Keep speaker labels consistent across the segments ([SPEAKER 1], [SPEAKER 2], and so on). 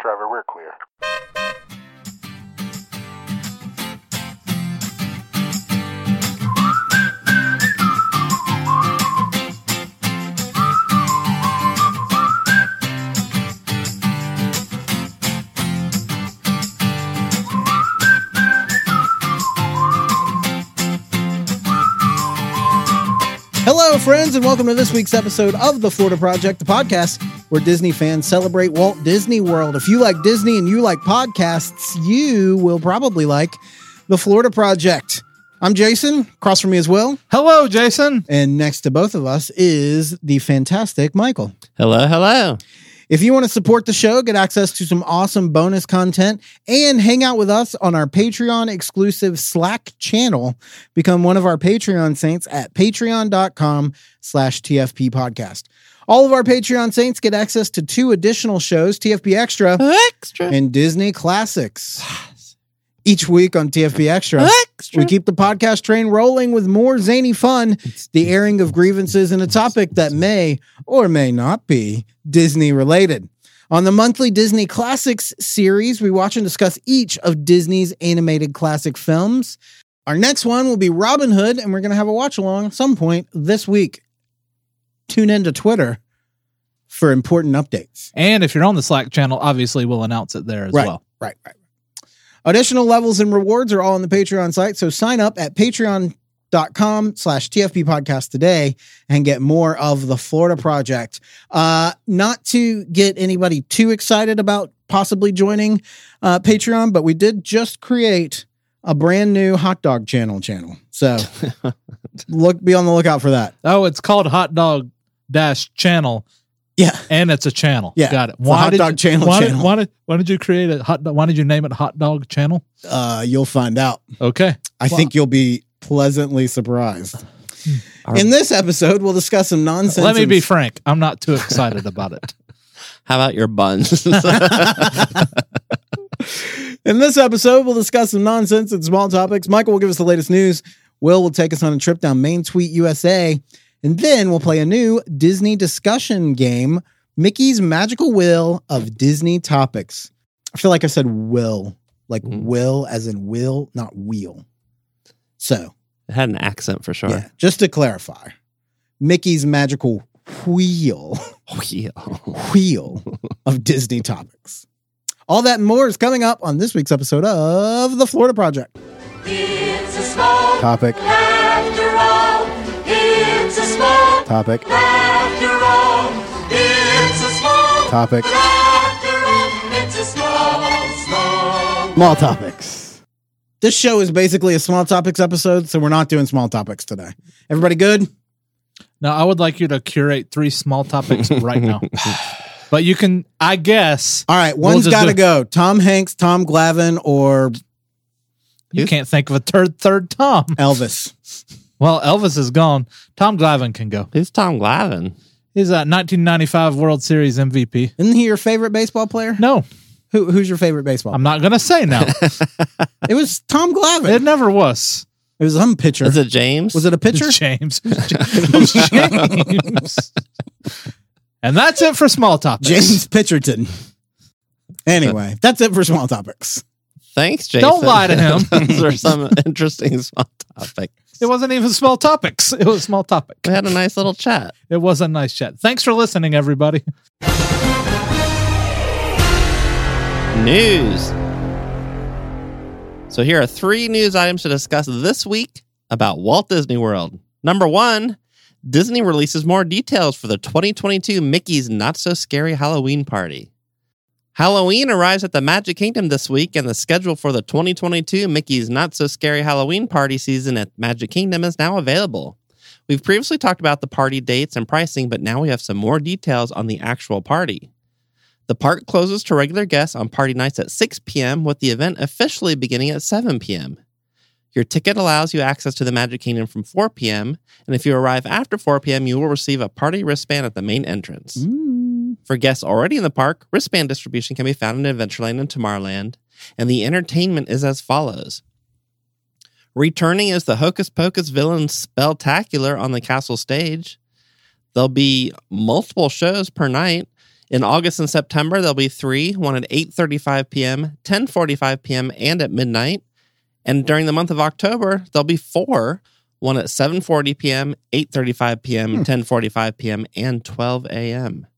[SPEAKER 1] Driver, we're clear.
[SPEAKER 2] Hello, friends, and welcome to this week's episode of The Florida Project, the podcast where Disney fans celebrate Walt Disney World. If you like Disney and you like podcasts, you will probably like The Florida Project. I'm Jason, across from me as well.
[SPEAKER 3] Hello, Jason.
[SPEAKER 2] And next to both of us is the fantastic Michael.
[SPEAKER 4] Hello, hello.
[SPEAKER 2] If you want to support the show, get access to some awesome bonus content, and hang out with us on our Patreon exclusive Slack channel, become one of our Patreon saints at patreon.com slash TFP podcast. All of our Patreon saints get access to two additional shows, TFP Extra
[SPEAKER 4] Extra.
[SPEAKER 2] and Disney Classics. Each week on TFP Extra. We keep the podcast train rolling with more zany fun, the airing of grievances, and a topic that may or may not be Disney related. On the monthly Disney Classics series, we watch and discuss each of Disney's animated classic films. Our next one will be Robin Hood, and we're going to have a watch along at some point this week. Tune into Twitter for important updates.
[SPEAKER 3] And if you're on the Slack channel, obviously we'll announce it there as
[SPEAKER 2] right,
[SPEAKER 3] well.
[SPEAKER 2] Right, right. Additional levels and rewards are all on the Patreon site, so sign up at patreon.com slash TFP podcast today and get more of the Florida Project. Uh, not to get anybody too excited about possibly joining uh, Patreon, but we did just create a brand new hot dog channel channel. So look be on the lookout for that.
[SPEAKER 3] Oh, it's called Hot Dog Dash Channel,
[SPEAKER 2] Yeah.
[SPEAKER 3] and it's a channel.
[SPEAKER 2] Yeah.
[SPEAKER 3] got it.
[SPEAKER 2] a Hot
[SPEAKER 3] did
[SPEAKER 2] Dog Channel
[SPEAKER 3] Why
[SPEAKER 2] channel.
[SPEAKER 3] Did, why, did, why did you create a hot? Dog, why did you name it Hot Dog Channel?
[SPEAKER 2] Uh, you'll find out.
[SPEAKER 3] Okay.
[SPEAKER 2] I
[SPEAKER 3] Wow.
[SPEAKER 2] think you'll be pleasantly surprised.
[SPEAKER 4] Are-
[SPEAKER 2] In this episode, we'll discuss some nonsense.
[SPEAKER 3] hmm. Let me
[SPEAKER 2] and-
[SPEAKER 3] be frank. I'm not too excited about it.
[SPEAKER 4] How about your buns?
[SPEAKER 2] In this episode, we'll discuss some nonsense and small topics. Michael will give us the latest news. Will will take us on a trip down Main Tweet USA, and then we'll play a new Disney discussion game, Mickey's Magical Will of Disney Topics. I feel like I said will, like
[SPEAKER 4] Mm.
[SPEAKER 2] will as in will, not wheel. So,
[SPEAKER 4] it had an accent for sure.
[SPEAKER 2] yeah, just to clarify, Mickey's Magical Wheel.
[SPEAKER 4] Oh, yeah.
[SPEAKER 2] wheel of Disney topics. All that and more is coming up on this week's episode of The Florida Project.
[SPEAKER 5] It's a small
[SPEAKER 2] Topic,
[SPEAKER 5] after all. It's a small
[SPEAKER 2] topic,
[SPEAKER 5] after all. It's a small
[SPEAKER 2] topic,
[SPEAKER 5] after all. It's a small, small.
[SPEAKER 2] small topics. This show is basically a small topics episode, so we're not doing small topics today. Everybody good?
[SPEAKER 3] Now, I would like you to curate three small topics right now, but you can, I guess,
[SPEAKER 2] All right,
[SPEAKER 3] We'll
[SPEAKER 2] one's
[SPEAKER 3] just
[SPEAKER 2] got to
[SPEAKER 3] do-
[SPEAKER 2] go. Tom Hanks, Tom Glavin, or
[SPEAKER 3] you
[SPEAKER 4] Who?
[SPEAKER 3] can't think of a third, third Tom.
[SPEAKER 2] Elvis.
[SPEAKER 3] Well, Elvis is gone. Tom Glavine can go.
[SPEAKER 4] Who's Tom Glavin?
[SPEAKER 3] He's a 1995 World Series MVP.
[SPEAKER 2] Isn't he your favorite baseball player?
[SPEAKER 3] No,
[SPEAKER 2] Who, who's your favorite baseball?
[SPEAKER 3] I'm not gonna say now.
[SPEAKER 2] it was Tom Glavin.
[SPEAKER 3] it never was.
[SPEAKER 2] It was some pitcher.
[SPEAKER 4] Is it James?
[SPEAKER 2] was it a pitcher?
[SPEAKER 3] James. James. and that's it for small topics.
[SPEAKER 2] James Pitcherton. Anyway, that's it for small topics.
[SPEAKER 4] Thanks, Jason.
[SPEAKER 3] Don't lie to him.
[SPEAKER 4] Those are some interesting small topic.
[SPEAKER 3] It wasn't even small topics. It was small topic.
[SPEAKER 4] We had a nice little chat.
[SPEAKER 3] It was a nice chat. Thanks for listening, everybody.
[SPEAKER 4] News. So here are three news items to discuss this week about Walt Disney World. Number one, Disney releases more details for the 2022 Mickey's Not So Scary Halloween Party. Halloween arrives at the Magic Kingdom this week, and the schedule for the 2022 Mickey's Not So Scary Halloween Party season at Magic Kingdom is now available. We've previously talked about the party dates and pricing, but now we have some more details on the actual party. The park closes to regular guests on party nights at 6 p.m., with the event officially beginning at 7 p.m. Your ticket allows you access to the Magic Kingdom from 4 p.m., and if you arrive after 4 p.m., you will receive a party wristband at the main entrance. For guests already in the park, wristband distribution can be found in Adventureland and Tomorrowland, and the entertainment is as follows. Returning is the Hocus Pocus villain Spectacular on the castle stage. There'll be multiple shows per night, In August and September, there'll be three, one at 8.35 p.m., 10.45 p.m., and at midnight. And during the month of October, there'll be four, one at 7.40 p.m., 8.35 p.m., 10.45 p.m., and 12 a.m.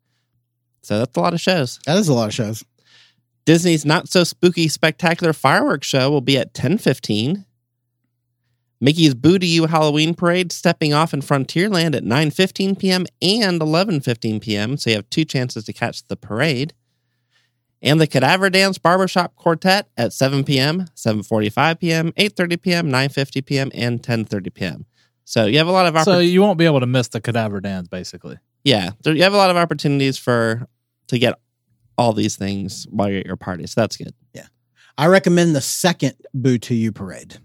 [SPEAKER 4] So that's a lot of shows.
[SPEAKER 2] That is a lot of shows.
[SPEAKER 4] Disney's Not So Spooky Spectacular Fireworks Show will be at 10:15. Mickey's Boo to You Halloween Parade stepping off in Frontierland at 9:15 p.m. and 11:15 p.m. So you have two chances to catch the parade. And the Cadaver Dance Barbershop Quartet at 7 p.m., 7:45 p.m., 8:30 p.m., 9:50 p.m., and 10:30 p.m. So you have a lot of
[SPEAKER 3] So
[SPEAKER 4] opportunities.
[SPEAKER 3] you won't be able to miss the cadaver dance, basically.
[SPEAKER 4] yeah, there, you have a lot of opportunities for to get all these things while you're at your party. So that's good.
[SPEAKER 2] I recommend the second Boo to You parade.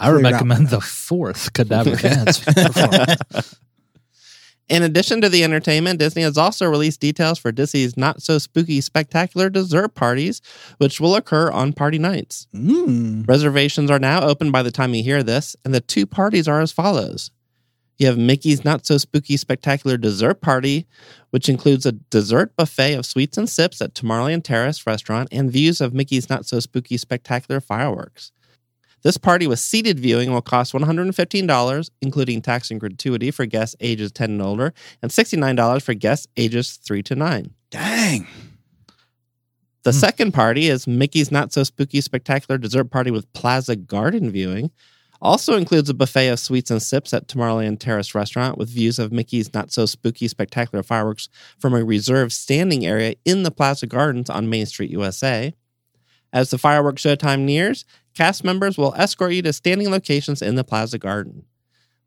[SPEAKER 3] I
[SPEAKER 2] cleared out
[SPEAKER 3] recommend the fourth cadaver dance. performance.
[SPEAKER 4] In addition to the entertainment, Disney has also released details for Disney's not so spooky spectacular dessert parties, which will occur on party nights.
[SPEAKER 2] Mm.
[SPEAKER 4] Reservations are now open by the time you hear this, and the two parties are as follows. You have Mickey's Not So Spooky Spectacular Dessert Party, which includes a dessert buffet of sweets and sips at Tomorrowland Terrace restaurant and views of Mickey's Not So Spooky Spectacular fireworks. This party with seated viewing will cost $115, including tax and gratuity for guests ages 10 and older, and $69 for guests ages 3 to 9.
[SPEAKER 2] Dang.
[SPEAKER 4] The
[SPEAKER 3] Hmm.
[SPEAKER 4] second party is Mickey's Not So Spooky Spectacular Dessert Party with Plaza Garden Viewing. Also includes a buffet of sweets and sips at Tomorrowland Terrace Restaurant with views of Mickey's Not So Spooky Spectacular fireworks from a reserved standing area in the Plaza Gardens on Main Street, USA. As the fireworks show time nears, cast members will escort you to standing locations in the Plaza Garden.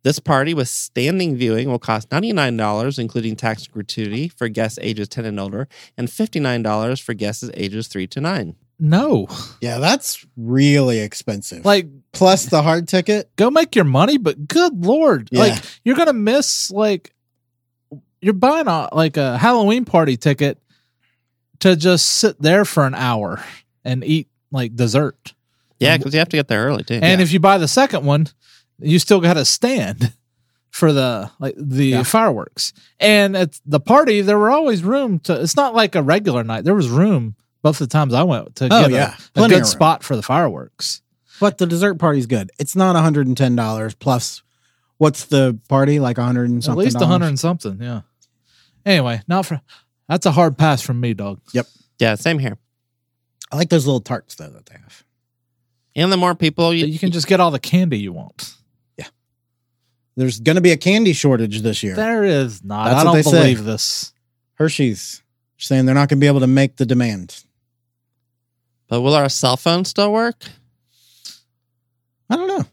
[SPEAKER 4] This party with standing viewing will cost $99, including tax and gratuity, for guests ages 10 and older, and $59 for guests ages 3 to 9.
[SPEAKER 3] no,
[SPEAKER 2] Yeah, that's really expensive.
[SPEAKER 3] like
[SPEAKER 2] plus the hard ticket.
[SPEAKER 3] go make your money, but good lord,
[SPEAKER 2] Yeah.
[SPEAKER 3] like you're gonna miss like you're buying a like a Halloween party ticket to just sit there for an hour and eat like dessert.
[SPEAKER 4] Yeah, because you have to get there early, too.
[SPEAKER 3] And
[SPEAKER 4] Yeah.
[SPEAKER 3] if you buy the second one, you still got to stand for the like the
[SPEAKER 2] Yeah.
[SPEAKER 3] fireworks. And at the party, there were always room to. It's not like a regular night. There was room both the times I went to
[SPEAKER 2] Oh,
[SPEAKER 3] get a-
[SPEAKER 2] yeah.
[SPEAKER 3] a,
[SPEAKER 2] Plenty of
[SPEAKER 3] good
[SPEAKER 2] room.
[SPEAKER 3] spot for the fireworks.
[SPEAKER 2] But the dessert party's good. It's not $110 plus what's the party like 100 and something.
[SPEAKER 3] At least a
[SPEAKER 2] dollars?
[SPEAKER 3] hundred and something. Yeah. Anyway, not for. That's a hard pass from me, dog.
[SPEAKER 4] yeah, same here.
[SPEAKER 2] I like those little tarts though that they have.
[SPEAKER 4] And the more people you,
[SPEAKER 3] You can just get all the candy you want.
[SPEAKER 2] There's going to be a candy shortage this year.
[SPEAKER 3] There is not.
[SPEAKER 2] That's
[SPEAKER 3] I
[SPEAKER 2] what
[SPEAKER 3] don't
[SPEAKER 2] they say.
[SPEAKER 3] believe this.
[SPEAKER 2] Hershey's saying they're not going to be able to make the demand.
[SPEAKER 4] But will our cell phones still work?
[SPEAKER 2] I don't know.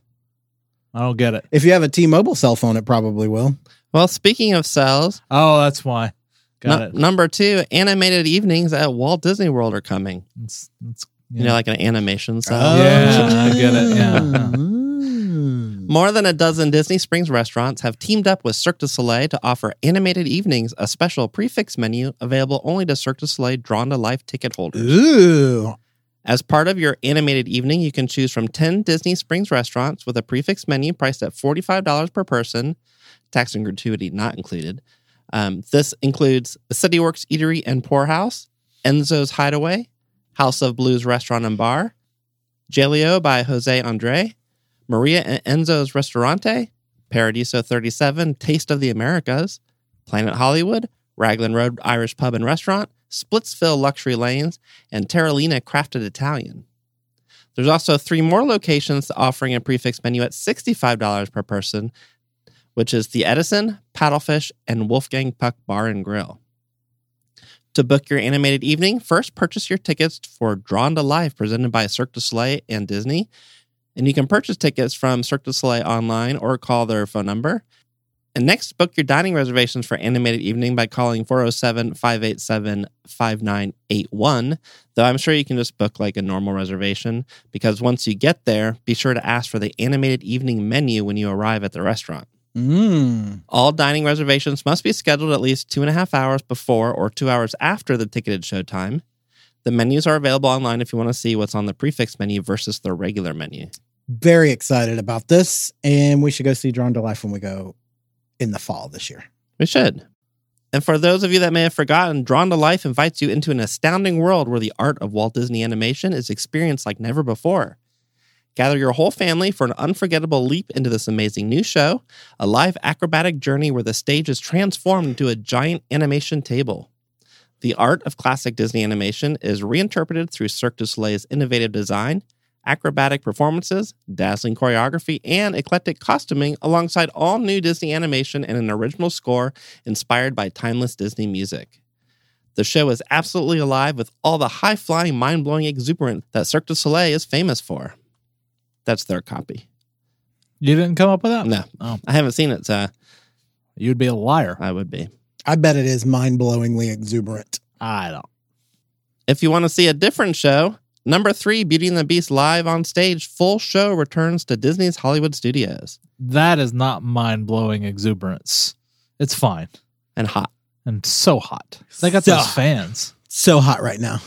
[SPEAKER 3] I don't get it.
[SPEAKER 2] If you have a T-Mobile cell phone, it probably will.
[SPEAKER 4] Well, speaking of cells,
[SPEAKER 3] Oh, that's why. Got
[SPEAKER 4] nu-
[SPEAKER 3] it.
[SPEAKER 4] number two, animated evenings at Walt Disney World are coming.
[SPEAKER 3] It's, it's,
[SPEAKER 4] You know, like an animation cell.
[SPEAKER 3] Oh. Yeah, I get it. Yeah.
[SPEAKER 2] Mm.
[SPEAKER 4] More than a dozen Disney Springs restaurants have teamed up with Cirque du Soleil to offer animated evenings, a special prefix menu available only to Cirque du Soleil drawn to life ticket holders.
[SPEAKER 2] Ooh.
[SPEAKER 4] As part of your animated evening, you can choose from 10 Disney Springs restaurants with a prefix menu priced at $45 per person, tax and gratuity not included. Um, this includes the City Works Eatery and Poorhouse, Enzo's Hideaway, House of Blues Restaurant and Bar, Jelio by Jose Andre, Maria and Enzo's Restaurante, Paradiso 37, Taste of the Americas, Planet Hollywood, Raglan Road Irish Pub and Restaurant, Splitsville Luxury Lanes, and Terralina Crafted Italian. There's also three more locations offering a prefix menu at $65 per person, which is the Edison, Paddlefish, and Wolfgang Puck Bar and Grill. To book your animated evening, first purchase your tickets for Drawn to Life presented by Cirque du Soleil and Disney. And you can purchase tickets from Cirque du Soleil online or call their phone number. And next, book your dining reservations for animated evening by calling 407 587 5981 though I'm sure you can just book like a normal reservation because once you get there, be sure to ask for the animated evening menu when you arrive at the restaurant.
[SPEAKER 2] Mm.
[SPEAKER 4] All dining reservations must be scheduled at least two and a half hours before or two hours after the ticketed showtime. The menus are available online if you want to see what's on the prefix menu versus the regular menu.
[SPEAKER 2] Very excited about this, and we should go see Drawn to Life when we go in the fall this year.
[SPEAKER 4] We should. And for those of you that may have forgotten, Drawn to Life invites you into an astounding world where the art of Walt Disney animation is experienced like never before. Gather your whole family for an unforgettable leap into this amazing new show, a live acrobatic journey where the stage is transformed into a giant animation table. The art of classic Disney animation is reinterpreted through Cirque du Soleil's innovative design, acrobatic performances, dazzling choreography, and eclectic costuming, alongside all new Disney animation and an original score inspired by timeless Disney music. The show is absolutely alive with all the high flying, mind blowing exuberance that Cirque du Soleil is famous for. That's their copy.
[SPEAKER 3] You didn't come up with that?
[SPEAKER 4] No,
[SPEAKER 3] Oh,
[SPEAKER 4] I haven't seen it, so
[SPEAKER 3] you'd be a liar.
[SPEAKER 4] I would be.
[SPEAKER 2] I bet it is mind blowingly exuberant.
[SPEAKER 3] I don't.
[SPEAKER 4] If you want to see a different show, number three, Beauty and the Beast live on stage, full show returns to Disney's Hollywood Studios
[SPEAKER 3] That is not mind blowing exuberance. It's fine
[SPEAKER 4] and hot.
[SPEAKER 3] and so hot. They got
[SPEAKER 2] So-
[SPEAKER 3] those fans.
[SPEAKER 2] So hot right now.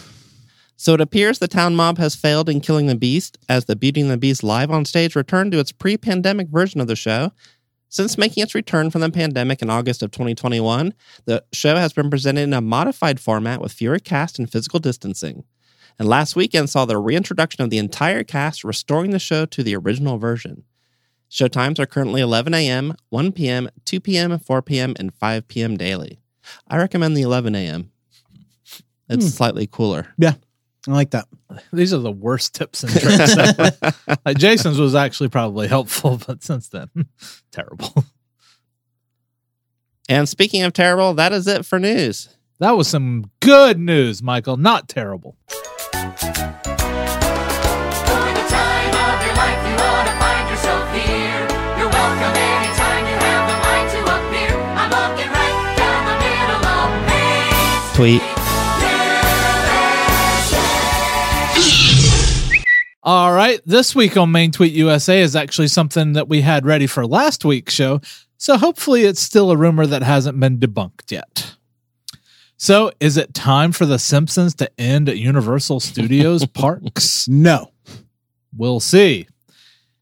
[SPEAKER 4] So it appears the town mob has failed in killing the beast as the Beauty and the Beast live on stage returned to its pre pandemic version of the show. Since making its return from the pandemic in August of 2021, the show has been presented in a modified format with fewer cast and physical distancing. And last weekend saw the reintroduction of the entire cast, restoring the show to the original version. Show times are currently 11 a.m., 1 p.m., 2 p.m., 4 p.m., and 5 p.m. daily. I recommend the 11 a.m. It's
[SPEAKER 2] Hmm.
[SPEAKER 4] slightly cooler.
[SPEAKER 2] I like that.
[SPEAKER 3] These are the worst tips and tricks. ever. like Jason's was actually probably helpful, but since then, terrible.
[SPEAKER 4] And speaking of terrible, that is it for news.
[SPEAKER 3] That was some good news, Michael. Not terrible.
[SPEAKER 5] During a time of your life, you ought to find yourself here. You're welcome anytime you have the mind to appear. I'm looking right down the middle of me.
[SPEAKER 4] Tweet.
[SPEAKER 3] All right. This week on Main Tweet USA is actually something that we had ready for last week's show. So hopefully it's still a rumor that hasn't been debunked yet. So is it time for The Simpsons to end at Universal Studios parks?
[SPEAKER 2] No.
[SPEAKER 3] We'll see.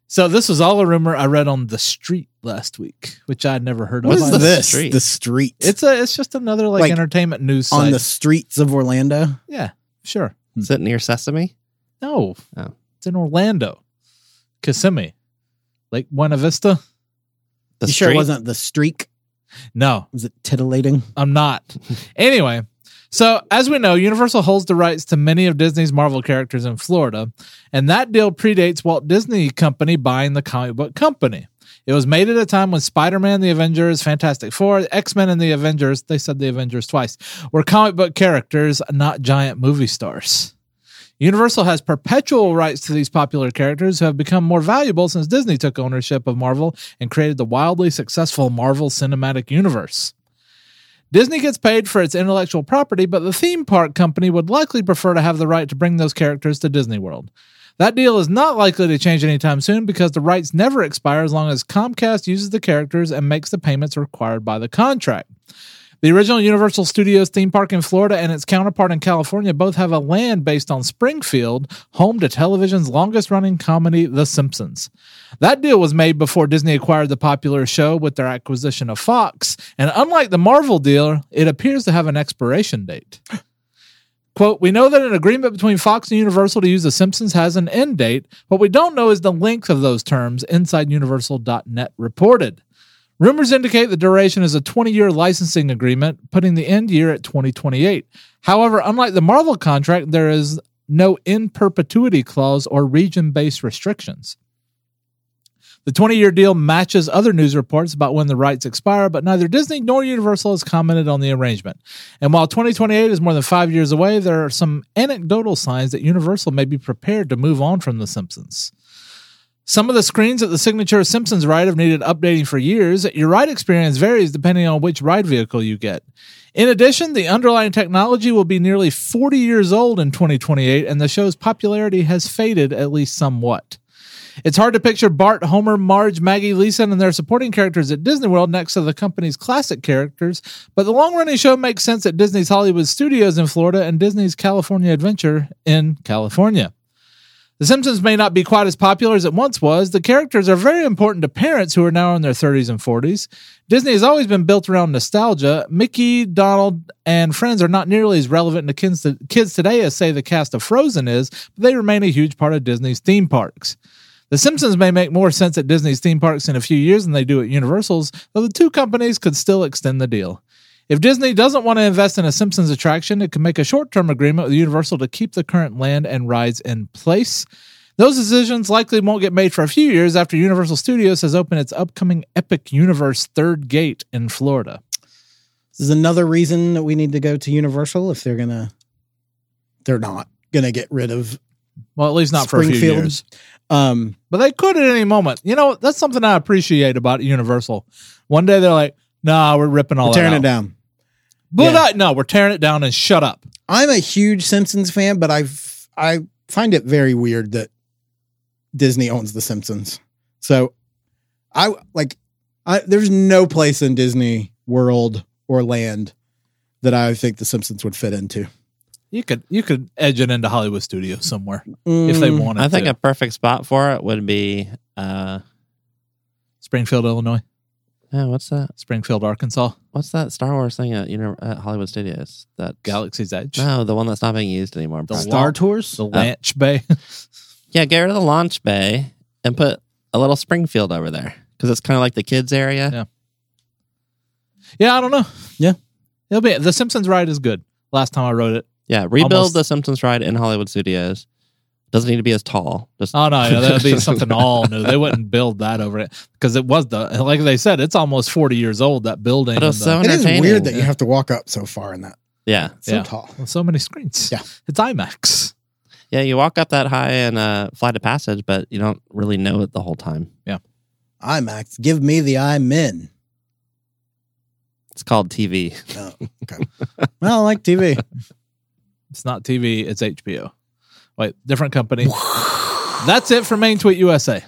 [SPEAKER 3] So this was all a rumor I read on the street last week, which I'd never heard
[SPEAKER 2] What
[SPEAKER 3] of.
[SPEAKER 2] is
[SPEAKER 4] the
[SPEAKER 2] this?
[SPEAKER 4] street?
[SPEAKER 2] The street.
[SPEAKER 3] It's a it's just another like,
[SPEAKER 2] Like,
[SPEAKER 3] entertainment news
[SPEAKER 2] on
[SPEAKER 3] site.
[SPEAKER 2] the streets of Orlando.
[SPEAKER 3] yeah, sure.
[SPEAKER 4] Is it near Sesame?
[SPEAKER 3] No.
[SPEAKER 4] Oh.
[SPEAKER 3] It's in Orlando. Kissimmee. Lake Buena Vista?
[SPEAKER 4] The
[SPEAKER 2] you sure it wasn't the streak?
[SPEAKER 3] No,
[SPEAKER 2] Was it titillating?
[SPEAKER 3] I'm not. anyway, so as we know, Universal holds the rights to many of Disney's Marvel characters in Florida, and that deal predates Walt Disney Company buying the comic book company. It was made at a time when Spider Man, the Avengers, Fantastic Four, X Men, and the Avengers, they said the Avengers twice, were comic book characters, not giant movie stars. Universal has perpetual rights to these popular characters who have become more valuable since Disney took ownership of Marvel and created the wildly successful Marvel Cinematic Universe. Disney gets paid for its intellectual property, but the theme park company would likely prefer to have the right to bring those characters to Disney World. That deal is not likely to change anytime soon because the rights never expire as long as Comcast uses the characters and makes the payments required by the contract. The original Universal Studios theme park in Florida and its counterpart in California both have a land based on Springfield, home to television's longest running comedy, The Simpsons. That deal was made before Disney acquired the popular show with their acquisition of Fox, and unlike the Marvel deal, it appears to have an expiration date. Quote, we know that an agreement between Fox and Universal to use The Simpsons has an end date. What we don't know is the length of those terms, insideuniversal.net reported. Rumors indicate the duration is a 20 year licensing agreement, putting the end year at 2028. However, unlike the Marvel contract, there is no in perpetuity clause or region based restrictions. The 20 year deal matches other news reports about when the rights expire, but neither Disney nor Universal has commented on the arrangement. And while 2028 is more than five years away, there are some anecdotal signs that Universal may be prepared to move on from The Simpsons. Some of the screens at the signature Simpsons ride have needed updating for years. Your ride experience varies depending on which ride vehicle you get. In addition, the underlying technology will be nearly 40 years old in 2028, and the show's popularity has faded at least somewhat. It's hard to picture Bart, Homer, Marge, Maggie, Leeson, and their supporting characters at Disney World next to the company's classic characters, but the long running show makes sense at Disney's Hollywood Studios in Florida and Disney's California Adventure in California. The The Simpsons may not be quite as popular as it once was. The characters are very important to parents who are now in their 30s and 40s. Disney has always been built around nostalgia. Mickey, Donald, and friends are not nearly as relevant to kids, kids today as, say, the cast of Frozen is, but they remain a huge part of Disney's theme parks. The Simpsons may make more sense at Disney's theme parks in a few years than they do at Universal's, though the two companies could still extend the deal. If Disney doesn't want to invest in a Simpsons attraction, it can make a short term agreement with Universal to keep the current land and rides in place. Those decisions likely won't get made for a few years after Universal Studios has opened its upcoming Epic Universe Third Gate in Florida.
[SPEAKER 2] This is another reason that we need to go to Universal if they're gonna they're not gonna get rid of
[SPEAKER 3] Well, at least not for a few
[SPEAKER 2] Springfield.
[SPEAKER 3] years.
[SPEAKER 2] um
[SPEAKER 3] But they could at any moment. You know, that's something I appreciate about Universal. One day they're like, nah, we're ripping all
[SPEAKER 2] we're
[SPEAKER 3] that
[SPEAKER 2] tearing
[SPEAKER 3] out."
[SPEAKER 2] it down.
[SPEAKER 3] But
[SPEAKER 2] Yeah.
[SPEAKER 3] I- no, we're tearing it down and shut up.
[SPEAKER 2] I'm a huge Simpsons fan, but I've I find it very weird that Disney owns the Simpsons. So I like I there's no place in Disney world or land that I think the Simpsons would fit into.
[SPEAKER 3] You could you could edge it into Hollywood Studios somewhere if they
[SPEAKER 2] Mm,
[SPEAKER 3] wanted.
[SPEAKER 4] I think
[SPEAKER 3] to.
[SPEAKER 4] a perfect spot for it would be uh,
[SPEAKER 3] Springfield, Illinois,
[SPEAKER 4] yeah, what's that?
[SPEAKER 3] Springfield, Arkansas,
[SPEAKER 4] What's that Star Wars thing at, you know, at Hollywood Studios? That
[SPEAKER 3] Galaxy's Edge,
[SPEAKER 2] Ah.
[SPEAKER 4] No, the one that's not being used anymore.
[SPEAKER 3] The
[SPEAKER 2] Star Tours.
[SPEAKER 3] the Lanch Bay.
[SPEAKER 4] Yeah, get rid of the launch bay and put a little Springfield over there because it's kind of like the kids area.
[SPEAKER 3] Yeah. yeah, I don't know.
[SPEAKER 2] Yeah.
[SPEAKER 3] it'll be the Simpsons ride is good. Last time I rode it.
[SPEAKER 4] Yeah, rebuild
[SPEAKER 3] Almost.
[SPEAKER 4] the Simpsons ride in Hollywood Studios. Doesn't need to be as tall. Just
[SPEAKER 3] Oh no, yeah, that'd be something all new. They wouldn't build that over it because it was the like they said it's almost forty years old that building.
[SPEAKER 4] But it was
[SPEAKER 3] and the-
[SPEAKER 4] so-
[SPEAKER 2] It is
[SPEAKER 4] entertaining.
[SPEAKER 2] weird that you have to walk up so far in that.
[SPEAKER 4] yeah,
[SPEAKER 2] It's so
[SPEAKER 3] Yeah.
[SPEAKER 2] tall.
[SPEAKER 3] with so many screens.
[SPEAKER 2] Yeah.
[SPEAKER 3] it's IMAX.
[SPEAKER 4] yeah. You walk up that high and uh, fly to passage, but you don't really know it the whole time.
[SPEAKER 2] IMAX, give me the I'm in.
[SPEAKER 4] It's called TV.
[SPEAKER 2] Oh, okay. well, I like TV.
[SPEAKER 3] It's not TV. It's HBO. Wait, different company. That's it for Main Tweet USA.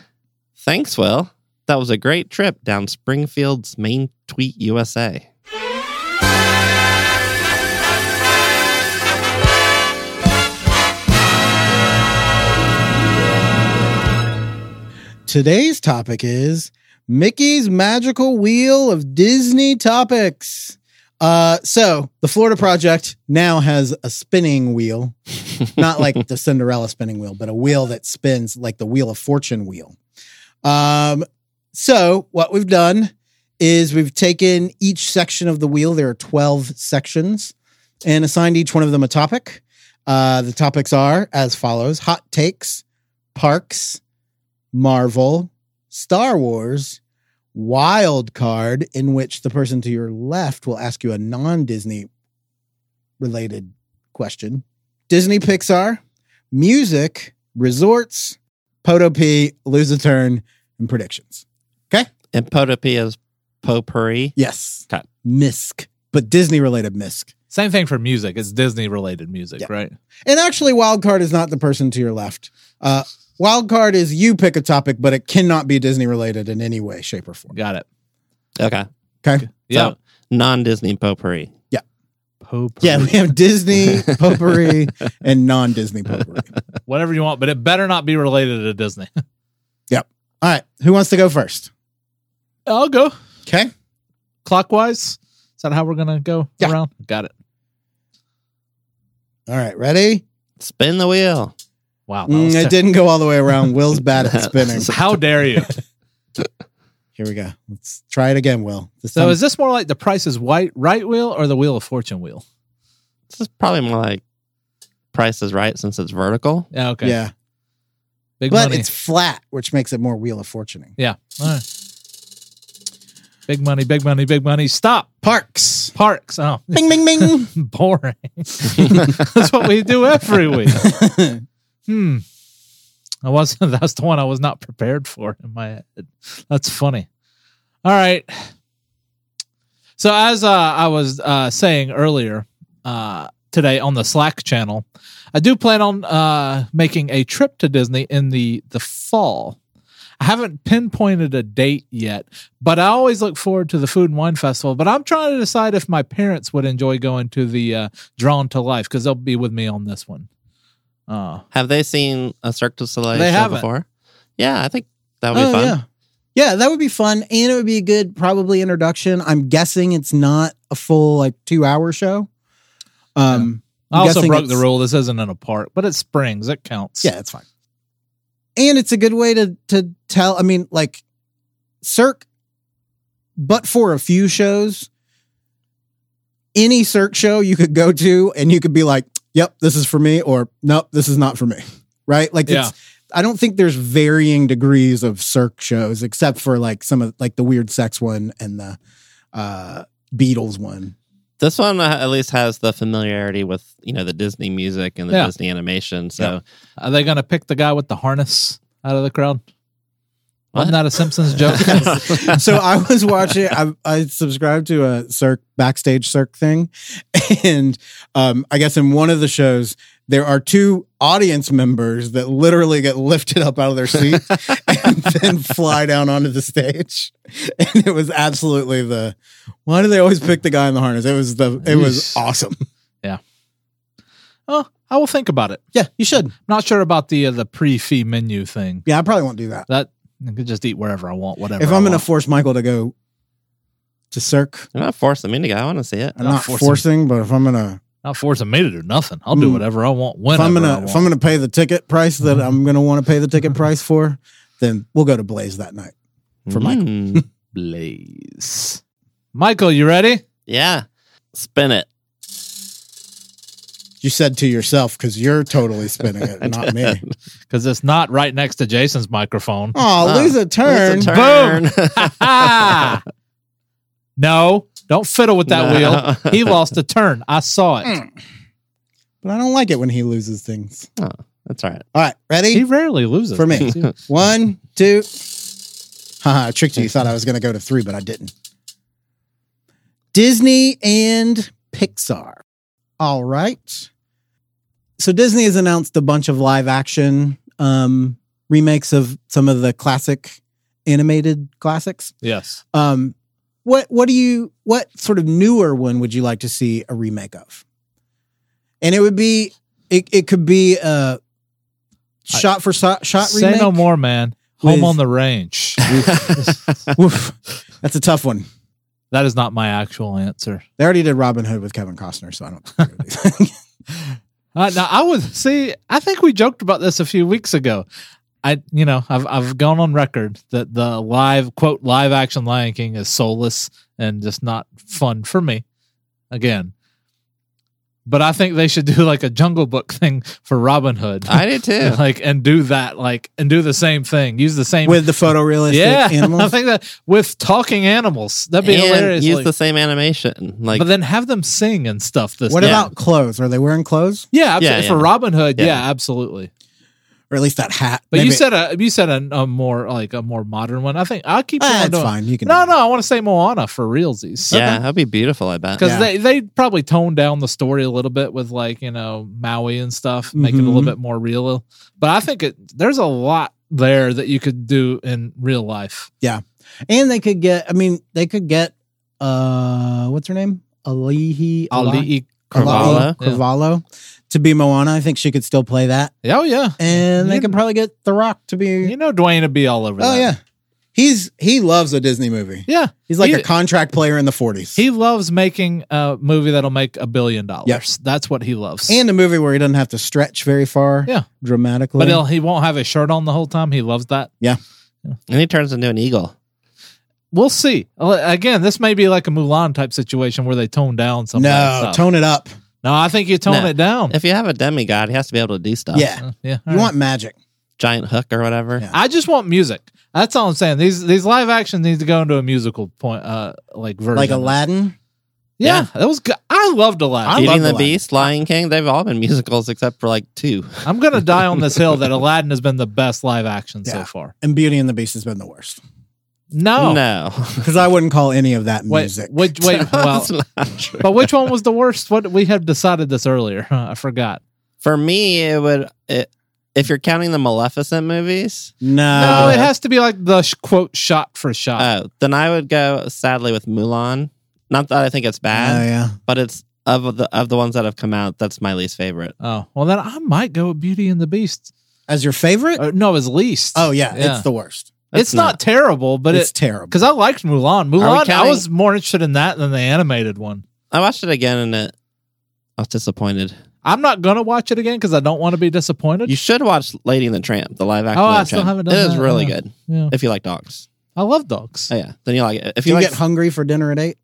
[SPEAKER 4] Thanks, Will. That was a great trip down Springfield's main tweet USA.
[SPEAKER 2] Today's topic is Mickey's magical wheel of Disney topics. Uh, so the Florida Project now has a spinning wheel, not like the Cinderella spinning wheel, but a wheel that spins like the Wheel of Fortune wheel. Um, so what we've done is we've taken each section of the wheel. There are 12 sections and assigned each one of them a topic. Uh, the topics are as follows hot takes, parks, Marvel, Star Wars, Wild Card, in which the person to your left will ask you a non Disney related question, Disney Pixar, music, resorts, Poto P, Lose a Turn, and predictions.
[SPEAKER 4] And Potopi is potpourri.
[SPEAKER 2] Yes.
[SPEAKER 4] Okay.
[SPEAKER 2] Misc, but Disney related Misc.
[SPEAKER 3] Same thing for music. It's Disney related music,
[SPEAKER 2] Yeah.
[SPEAKER 3] right?
[SPEAKER 2] And actually, wild card is not the person to your left. Uh, wild card is you pick a topic, but it cannot be Disney related in any way, shape, or form.
[SPEAKER 3] Got it.
[SPEAKER 4] Okay.
[SPEAKER 2] Okay.
[SPEAKER 3] Yeah.
[SPEAKER 4] So non Disney potpourri.
[SPEAKER 3] Potpourri.
[SPEAKER 2] Yeah, we have Disney potpourri and non-Disney potpourri.
[SPEAKER 3] uh, whatever you want, but it better not be related to Disney.
[SPEAKER 2] All right, who wants to go first?
[SPEAKER 3] I'll go
[SPEAKER 2] Okay,
[SPEAKER 3] clockwise. Is that how we're gonna go
[SPEAKER 2] Yeah.
[SPEAKER 3] around? Got it.
[SPEAKER 2] all right, ready?
[SPEAKER 4] Spin the wheel.
[SPEAKER 3] Wow. that
[SPEAKER 2] Mm,
[SPEAKER 3] was
[SPEAKER 2] it
[SPEAKER 3] ter-
[SPEAKER 2] didn't go all the way around. Will's bad at spinning.
[SPEAKER 3] How dare you?
[SPEAKER 2] Here we go. Let's try it again, Will. This
[SPEAKER 3] So
[SPEAKER 2] time-
[SPEAKER 3] is this more like the Price is White right wheel or the Wheel of Fortune wheel?
[SPEAKER 4] This is probably more like Price is Right since it's vertical.
[SPEAKER 3] Yeah. Okay.
[SPEAKER 2] yeah,
[SPEAKER 3] Big
[SPEAKER 2] but
[SPEAKER 3] money.
[SPEAKER 2] it's flat, which makes it more Wheel of Fortuning.
[SPEAKER 3] yeah. All right. Big money. Big money. Big money. Stop.
[SPEAKER 2] Parks.
[SPEAKER 3] Parks. Oh,
[SPEAKER 2] Bing, bing, bing.
[SPEAKER 3] boring. That's what we do every week. Hmm. I wasn't. That's the one I was not prepared for in my head. That's funny. All right. So as uh, I was uh, saying earlier uh, today on the Slack channel, I do plan on uh, making a trip to Disney in the the fall. I haven't pinpointed a date yet, but I always look forward to the Food and Wine Festival. But I'm trying to decide if my parents would enjoy going to the uh, Drawn to Life because they'll be with me on this one. Oh,
[SPEAKER 4] Have they seen a Cirque du Soleil
[SPEAKER 3] They
[SPEAKER 4] show
[SPEAKER 3] haven't. Oh,
[SPEAKER 4] before? Yeah, I think that would be fun.
[SPEAKER 2] Oh, yeah. Yeah, that would be fun. And it would be a good, probably, introduction. I'm guessing it's not a full, like, two hour show. Um,
[SPEAKER 3] I
[SPEAKER 2] I'm
[SPEAKER 3] also
[SPEAKER 2] guessing
[SPEAKER 3] broke the
[SPEAKER 2] it's-
[SPEAKER 3] rule. This isn't in a park, but it's Springs. It counts.
[SPEAKER 2] Yeah, it's fine. And it's a good way to to tell. I mean, like Cirque, but for a few shows, any Cirque show you could go to, and you could be like, "Yep, this is for me," or "Nope, this is not for me." Right? Like,
[SPEAKER 3] Yeah.
[SPEAKER 2] it's, I don't think there's varying degrees of Cirque shows, except for like some of like the weird sex one and the uh Beatles one.
[SPEAKER 4] This one uh, at least has the familiarity with you know the Disney music and the
[SPEAKER 3] Yeah.
[SPEAKER 4] Disney animation. So
[SPEAKER 3] Are they going to pick the guy with the harness out of the crowd?
[SPEAKER 4] What?
[SPEAKER 3] Wasn't that a Simpsons joke?
[SPEAKER 2] so I was watching. I, I subscribed to a Cirque backstage Cirque thing, and um, I guess in one of the shows there are two audience members that literally get lifted up out of their seat and then fly down onto the stage, and it was absolutely the. Why do they always pick the guy in the harness? It was the. It was
[SPEAKER 3] Yeesh.
[SPEAKER 2] awesome.
[SPEAKER 3] oh, I will think about it.
[SPEAKER 2] Yeah, you should.
[SPEAKER 3] I'm not sure about the uh, the pre fee menu thing.
[SPEAKER 2] Yeah, I probably won't do that
[SPEAKER 3] That I could just eat wherever I want, whatever.
[SPEAKER 2] if
[SPEAKER 3] I
[SPEAKER 2] I'm going to
[SPEAKER 3] want.
[SPEAKER 2] force Michael to go to Cirque.
[SPEAKER 4] I'm not forcing me to go. I want to see it.
[SPEAKER 2] I'm
[SPEAKER 3] Not
[SPEAKER 2] not,
[SPEAKER 3] forcing.
[SPEAKER 2] forcing, but if I'm going to.
[SPEAKER 3] not forcing me to do nothing. I'll do
[SPEAKER 2] Mm.
[SPEAKER 3] whatever I want. Whenever
[SPEAKER 2] if I'm
[SPEAKER 3] I
[SPEAKER 2] gonna
[SPEAKER 3] want. Mm-hmm.
[SPEAKER 2] if I'm gonna pay the ticket price that I'm gonna want to pay the ticket price for, then we'll go to Blaze that night. For Michael.
[SPEAKER 4] Michael.
[SPEAKER 3] Blaze. Michael, you ready?
[SPEAKER 4] yeah, spin it.
[SPEAKER 2] You said to yourself because you're totally spinning it, not me.
[SPEAKER 3] Because it's not right next to Jason's microphone.
[SPEAKER 2] Oh,
[SPEAKER 4] Oh,
[SPEAKER 2] lose a turn.
[SPEAKER 4] It's a
[SPEAKER 3] Boom.
[SPEAKER 4] turn.
[SPEAKER 3] Ah! no, don't fiddle with that wheel.
[SPEAKER 4] No.
[SPEAKER 3] He lost a turn. I saw
[SPEAKER 2] Hmm.
[SPEAKER 3] it.
[SPEAKER 2] But I don't like it when he loses things.
[SPEAKER 4] That's all right.
[SPEAKER 2] All right, ready?
[SPEAKER 3] He rarely loses.
[SPEAKER 2] For me. One, two. Haha, I tricked you. You thought I was gonna go to three, but I didn't. Disney and Pixar. All right. So Disney has announced a bunch of live action um, remakes of some of the classic animated classics.
[SPEAKER 3] Yes.
[SPEAKER 2] Um, what what do you what sort of newer one would you like to see a remake of? And it would be it it could be a shot for so, shot
[SPEAKER 3] Say
[SPEAKER 2] remake.
[SPEAKER 3] no more, man. Home
[SPEAKER 2] with-
[SPEAKER 3] on the range.
[SPEAKER 2] Woof. That's a tough one.
[SPEAKER 3] that is not my actual answer.
[SPEAKER 2] They already did Robin Hood with Kevin Costner, so I don't. think they're gonna do that.
[SPEAKER 3] Uh, now I would see. I think we joked about this a few weeks ago. I, you know, I've I've gone on record that the live quote live action Lion King is soulless and just not fun for me. Again, but I think they should do like a Jungle Book thing for Robin Hood,
[SPEAKER 4] I did too.
[SPEAKER 3] like and do that, like and do the same thing, use the same
[SPEAKER 2] with the photorealistic
[SPEAKER 3] yeah. I
[SPEAKER 2] animals.
[SPEAKER 3] think that with talking animals, that'd be
[SPEAKER 4] and
[SPEAKER 3] hilarious.
[SPEAKER 4] Use
[SPEAKER 3] like-
[SPEAKER 4] the same animation. Like
[SPEAKER 3] but then have them sing and stuff. This
[SPEAKER 2] What
[SPEAKER 3] time.
[SPEAKER 4] Yeah.
[SPEAKER 2] about clothes? Are they wearing clothes,
[SPEAKER 3] yeah,
[SPEAKER 4] Yeah,
[SPEAKER 3] absolutely.
[SPEAKER 4] yeah.
[SPEAKER 3] for Robin Hood?
[SPEAKER 4] Yeah.
[SPEAKER 3] Yeah, absolutely.
[SPEAKER 2] or at least that hat?
[SPEAKER 3] But you
[SPEAKER 2] Maybe-
[SPEAKER 3] said a you said a, a more like a more modern one. I think I'll keep.
[SPEAKER 2] ah,
[SPEAKER 3] going
[SPEAKER 2] it's
[SPEAKER 3] doing-
[SPEAKER 2] fine. You can.
[SPEAKER 3] No, no, I want to say Moana for realsies.
[SPEAKER 4] yeah, that'd be beautiful. I bet.
[SPEAKER 3] because
[SPEAKER 2] Yeah.
[SPEAKER 3] they they probably toned down the story a little bit with like you know Maui and stuff, make it a little
[SPEAKER 2] Mhm.
[SPEAKER 3] bit more real. But I think it there's a lot there that you could do in real life.
[SPEAKER 2] And they could get. I mean, they could get. Uh, what's her name? Alihi
[SPEAKER 3] Ali
[SPEAKER 2] Carvalho.
[SPEAKER 4] Carvalho.
[SPEAKER 3] Yeah.
[SPEAKER 2] Carvalho to be Moana. I think she could still play that,
[SPEAKER 3] Oh yeah,
[SPEAKER 2] and they
[SPEAKER 3] You-
[SPEAKER 2] could probably get The Rock to be.
[SPEAKER 3] you know Dwayne would be all over.
[SPEAKER 2] oh
[SPEAKER 3] that.
[SPEAKER 2] yeah, he's he loves a Disney movie.
[SPEAKER 3] yeah.
[SPEAKER 2] He's like
[SPEAKER 3] He-
[SPEAKER 2] a contract player in the forties.
[SPEAKER 3] He loves making a movie that'll make a billion dollars.
[SPEAKER 2] Yes.
[SPEAKER 3] That's what he loves.
[SPEAKER 2] and a movie where he doesn't have to stretch very far
[SPEAKER 3] Yeah.
[SPEAKER 2] dramatically
[SPEAKER 3] but he'll, he won't have a shirt on the whole time. He loves that.
[SPEAKER 4] and he turns into an eagle.
[SPEAKER 3] We'll see. Well, Again, this may be like a Mulan type situation where they tone down some. of that
[SPEAKER 2] no
[SPEAKER 3] stuff.
[SPEAKER 2] tone it up
[SPEAKER 3] no, I think you tone
[SPEAKER 4] No.
[SPEAKER 3] it down.
[SPEAKER 4] If you have a demigod, he has to be able to do stuff.
[SPEAKER 2] yeah
[SPEAKER 3] Uh, yeah. all
[SPEAKER 2] you
[SPEAKER 3] right.
[SPEAKER 2] want magic
[SPEAKER 4] giant hook or whatever.
[SPEAKER 2] Yeah.
[SPEAKER 3] I just want music. That's all I'm saying. These these live action needs to go into a musical point, uh, like version.
[SPEAKER 2] like aladdin
[SPEAKER 3] Yeah, that was good. I loved
[SPEAKER 2] I
[SPEAKER 3] Aladdin.
[SPEAKER 2] love
[SPEAKER 4] Beauty and the
[SPEAKER 2] the Lion
[SPEAKER 4] Beast, Lion King, they've all been musicals except for like two.
[SPEAKER 3] I'm gonna die on this hill that Aladdin has been the best live action so
[SPEAKER 2] Yeah.
[SPEAKER 3] far.
[SPEAKER 2] and beauty and the beast has been the worst
[SPEAKER 3] No,
[SPEAKER 4] No.
[SPEAKER 2] because i wouldn't call any of that
[SPEAKER 3] wait,
[SPEAKER 2] music
[SPEAKER 3] wait, Oh. wait. Well,
[SPEAKER 4] That's not true.
[SPEAKER 3] but which one was the worst? What we had decided this earlier. I forgot.
[SPEAKER 4] For me, it would it, if you're counting the Maleficent movies,
[SPEAKER 3] No,
[SPEAKER 2] no,
[SPEAKER 3] it has to be like the sh- quote shot for
[SPEAKER 2] Uh,
[SPEAKER 3] shot.
[SPEAKER 4] Uh, oh, then I would go sadly with Mulan. Not that I think it's
[SPEAKER 2] oh
[SPEAKER 4] bad,
[SPEAKER 2] yeah
[SPEAKER 4] but it's of the of the ones that have come out, that's my least favorite.
[SPEAKER 3] Oh, well, then I might go with Beauty and the Beast.
[SPEAKER 2] As your favorite?
[SPEAKER 3] Uh, no, it's least.
[SPEAKER 2] oh yeah,
[SPEAKER 3] yeah.
[SPEAKER 2] it's the worst.
[SPEAKER 4] That's
[SPEAKER 3] it's not, terrible, but
[SPEAKER 2] it's
[SPEAKER 3] it's
[SPEAKER 2] terrible.
[SPEAKER 3] because I liked Mulan. Mulan, I
[SPEAKER 4] counting-
[SPEAKER 3] was more interested in that than the animated one.
[SPEAKER 4] I watched it again and it I was disappointed.
[SPEAKER 3] I'm not gonna watch it again because I don't want to be disappointed.
[SPEAKER 4] You should watch Lady and the Tramp, the live action.
[SPEAKER 3] Oh,
[SPEAKER 4] Lady
[SPEAKER 3] I
[SPEAKER 4] and the
[SPEAKER 3] still
[SPEAKER 4] Tramp.
[SPEAKER 3] haven't done
[SPEAKER 4] It is
[SPEAKER 3] that,
[SPEAKER 4] really
[SPEAKER 3] yeah.
[SPEAKER 4] good
[SPEAKER 3] yeah,
[SPEAKER 4] if you like dogs.
[SPEAKER 3] I love dogs.
[SPEAKER 4] Oh, yeah, then you like it. If
[SPEAKER 2] Do
[SPEAKER 4] you,
[SPEAKER 2] you
[SPEAKER 4] like,
[SPEAKER 2] get hungry for dinner at eight?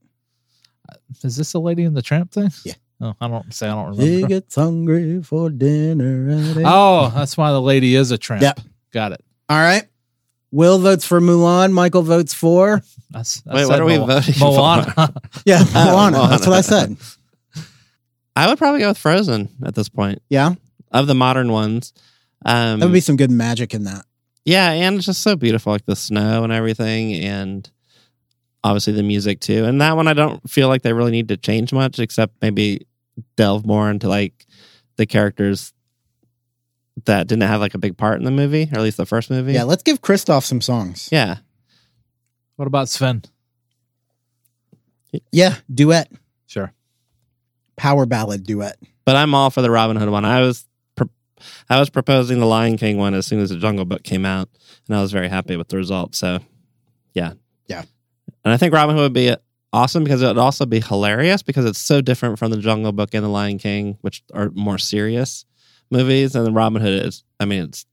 [SPEAKER 3] Is this the Lady in the Tramp thing?
[SPEAKER 2] Yeah.
[SPEAKER 3] Oh, I don't say I don't
[SPEAKER 2] He
[SPEAKER 3] remember.
[SPEAKER 2] gets hungry for dinner at eight.
[SPEAKER 3] Oh, that's why the lady is a tramp.
[SPEAKER 2] Yep.
[SPEAKER 3] Got it.
[SPEAKER 2] All right. Will votes for Mulan. Michael votes for
[SPEAKER 3] That's, I
[SPEAKER 4] Wait, what
[SPEAKER 3] said
[SPEAKER 4] are we
[SPEAKER 3] Mul-
[SPEAKER 4] voting for?
[SPEAKER 3] Moana.
[SPEAKER 2] yeah Moana.
[SPEAKER 4] Moana.
[SPEAKER 2] That's what I said.
[SPEAKER 4] I would probably go with Frozen at this point
[SPEAKER 2] Yeah,
[SPEAKER 4] of the modern ones. Um,
[SPEAKER 2] that would be some good magic in that.
[SPEAKER 4] yeah, and it's just so beautiful, like the snow and everything, and obviously the music too. And that one, I don't feel like they really need to change much, except maybe delve more into like the characters that didn't have like a big part in the movie, or at least the first movie.
[SPEAKER 2] Yeah, let's give Kristoff some songs.
[SPEAKER 4] yeah.
[SPEAKER 3] what about Sven?
[SPEAKER 2] Yeah, duet,
[SPEAKER 3] Sure.
[SPEAKER 2] power ballad duet.
[SPEAKER 4] But I'm all for the Robin Hood one. I was. pro- I was proposing the Lion King one as soon as the Jungle Book came out, and I was very happy with the result. So, yeah,
[SPEAKER 2] Yeah.
[SPEAKER 4] And I think Robin Hood would be awesome because it would also be hilarious because it's so different from the Jungle Book and the Lion King, which are more serious movies. And then Robin Hood is, I mean, it's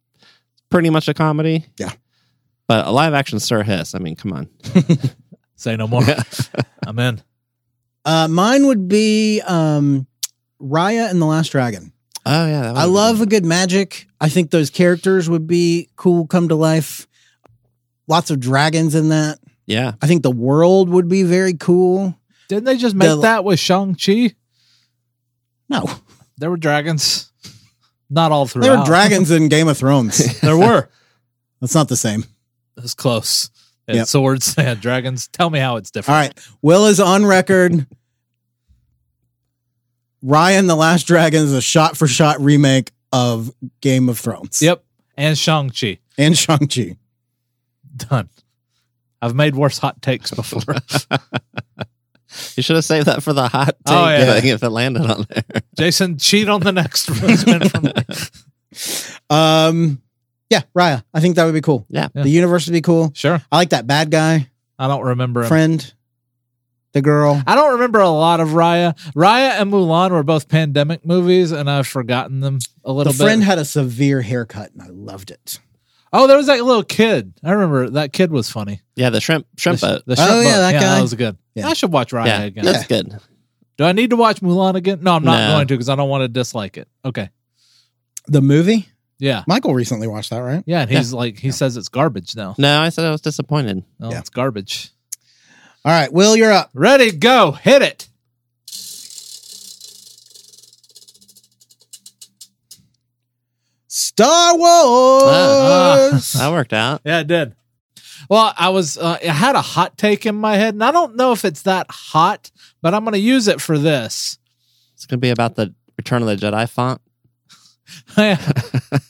[SPEAKER 4] pretty much a comedy.
[SPEAKER 2] Yeah.
[SPEAKER 4] But a live action Sir Hiss. I mean, come on.
[SPEAKER 3] Say no more. I'm in.
[SPEAKER 2] Uh, mine would be um, Raya and the Last Dragon.
[SPEAKER 4] Oh yeah, that
[SPEAKER 2] I
[SPEAKER 4] would-
[SPEAKER 2] love a good magic. I think those characters would be cool, come to life. Lots of dragons in that.
[SPEAKER 4] Yeah,
[SPEAKER 2] I think the world would be very cool.
[SPEAKER 3] Didn't they just make
[SPEAKER 2] The-
[SPEAKER 3] that with Shang Chi?
[SPEAKER 2] No,
[SPEAKER 3] There were dragons. Not all throughout.
[SPEAKER 2] there were dragons in Game of Thrones.
[SPEAKER 3] There were.
[SPEAKER 2] That's not the same.
[SPEAKER 3] It was close. They had
[SPEAKER 2] Yep.
[SPEAKER 3] swords. They had dragons. Tell me how it's
[SPEAKER 2] All
[SPEAKER 3] different.
[SPEAKER 2] right. Will is on record. Ryan the Last Dragon is a shot for shot remake of Game of Thrones.
[SPEAKER 3] Yep. And Shang Chi
[SPEAKER 2] And Shang-Chi.
[SPEAKER 3] done. I've made worse hot takes before.
[SPEAKER 4] you should have saved that for the hot take
[SPEAKER 3] Oh, yeah.
[SPEAKER 4] if it landed on there.
[SPEAKER 3] Jason, cheat on the next one. It's been from-
[SPEAKER 2] Um yeah, Raya. I think that would be cool.
[SPEAKER 4] Yeah.
[SPEAKER 2] The universe would be cool.
[SPEAKER 3] Sure.
[SPEAKER 2] I like that bad guy,
[SPEAKER 3] I don't remember. him.
[SPEAKER 2] friend, the girl.
[SPEAKER 3] I don't remember a lot of Raya. Raya and Mulan were both pandemic movies, and I've forgotten them a
[SPEAKER 2] The
[SPEAKER 3] little bit.
[SPEAKER 2] friend had a severe haircut and I loved it.
[SPEAKER 3] oh, there was that little kid. I remember that kid was funny.
[SPEAKER 4] Yeah, the shrimp shrimp
[SPEAKER 3] the, sh-
[SPEAKER 4] boat.
[SPEAKER 3] the
[SPEAKER 2] Oh,
[SPEAKER 3] shrimp
[SPEAKER 2] yeah,
[SPEAKER 3] boat.
[SPEAKER 2] that guy.
[SPEAKER 3] That was good.
[SPEAKER 2] Yeah.
[SPEAKER 3] I should watch Raya
[SPEAKER 4] yeah,
[SPEAKER 3] again.
[SPEAKER 4] that's good.
[SPEAKER 3] Do I need to watch Mulan again? No, I'm not
[SPEAKER 4] No.
[SPEAKER 3] going to because I don't want to dislike it. Okay.
[SPEAKER 2] The movie?
[SPEAKER 3] Yeah.
[SPEAKER 2] Michael recently watched that, right?
[SPEAKER 3] Yeah. And he's like, he says it's garbage now.
[SPEAKER 4] No, I said I was disappointed.
[SPEAKER 3] No,
[SPEAKER 2] Yeah.
[SPEAKER 3] it's garbage.
[SPEAKER 2] All right, Will, you're up.
[SPEAKER 3] Ready, go, hit it.
[SPEAKER 2] Star Wars.
[SPEAKER 4] Ah, That worked out.
[SPEAKER 3] Yeah, it did. Well, I was uh, I had a hot take in my head, and I don't know if it's that hot, but I'm going to use it for this.
[SPEAKER 4] It's gonna be about the Return of the Jedi font.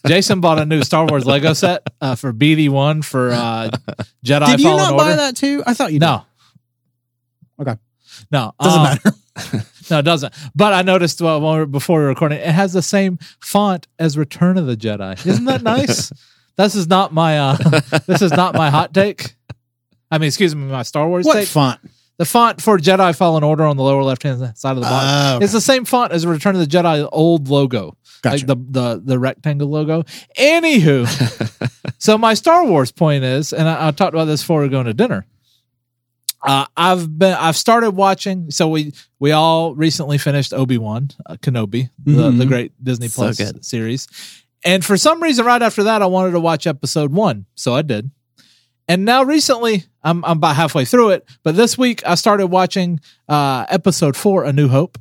[SPEAKER 3] Jason bought a new Star Wars Lego set uh, for BD one for uh, Jedi.
[SPEAKER 2] did you
[SPEAKER 3] Fallen
[SPEAKER 2] not
[SPEAKER 3] Order.
[SPEAKER 2] buy that too? I thought you
[SPEAKER 3] No.
[SPEAKER 2] Okay.
[SPEAKER 3] No,
[SPEAKER 2] did. Doesn't
[SPEAKER 3] um,
[SPEAKER 2] matter.
[SPEAKER 3] No, it doesn't. But I noticed uh, when we were- before we were recording, it has the same font as Return of the Jedi. Isn't that nice? this is not my uh, this is not my hot take. I mean, excuse me, my Star Wars
[SPEAKER 2] What
[SPEAKER 3] take.
[SPEAKER 2] font?
[SPEAKER 3] the font for Jedi Fallen Order on the lower left hand side of the box.
[SPEAKER 2] Ah, okay.
[SPEAKER 3] It's the same font as Return of the Jedi old logo,
[SPEAKER 2] Gotcha.
[SPEAKER 3] like the the the rectangle logo. Anywho, so my Star Wars point is, and I, I talked about this before we are going to dinner. Uh, I've been I've started watching. So we we all recently finished Obi Wan uh, Kenobi, the,
[SPEAKER 2] Mhm.
[SPEAKER 3] the great Disney
[SPEAKER 4] Mm-hmm. So
[SPEAKER 3] Plus
[SPEAKER 4] good.
[SPEAKER 3] series, and for some reason, right after that, I wanted to watch Episode One, so I did. And now recently, I'm I'm about halfway through it, but this week I started watching uh, Episode Four, A New Hope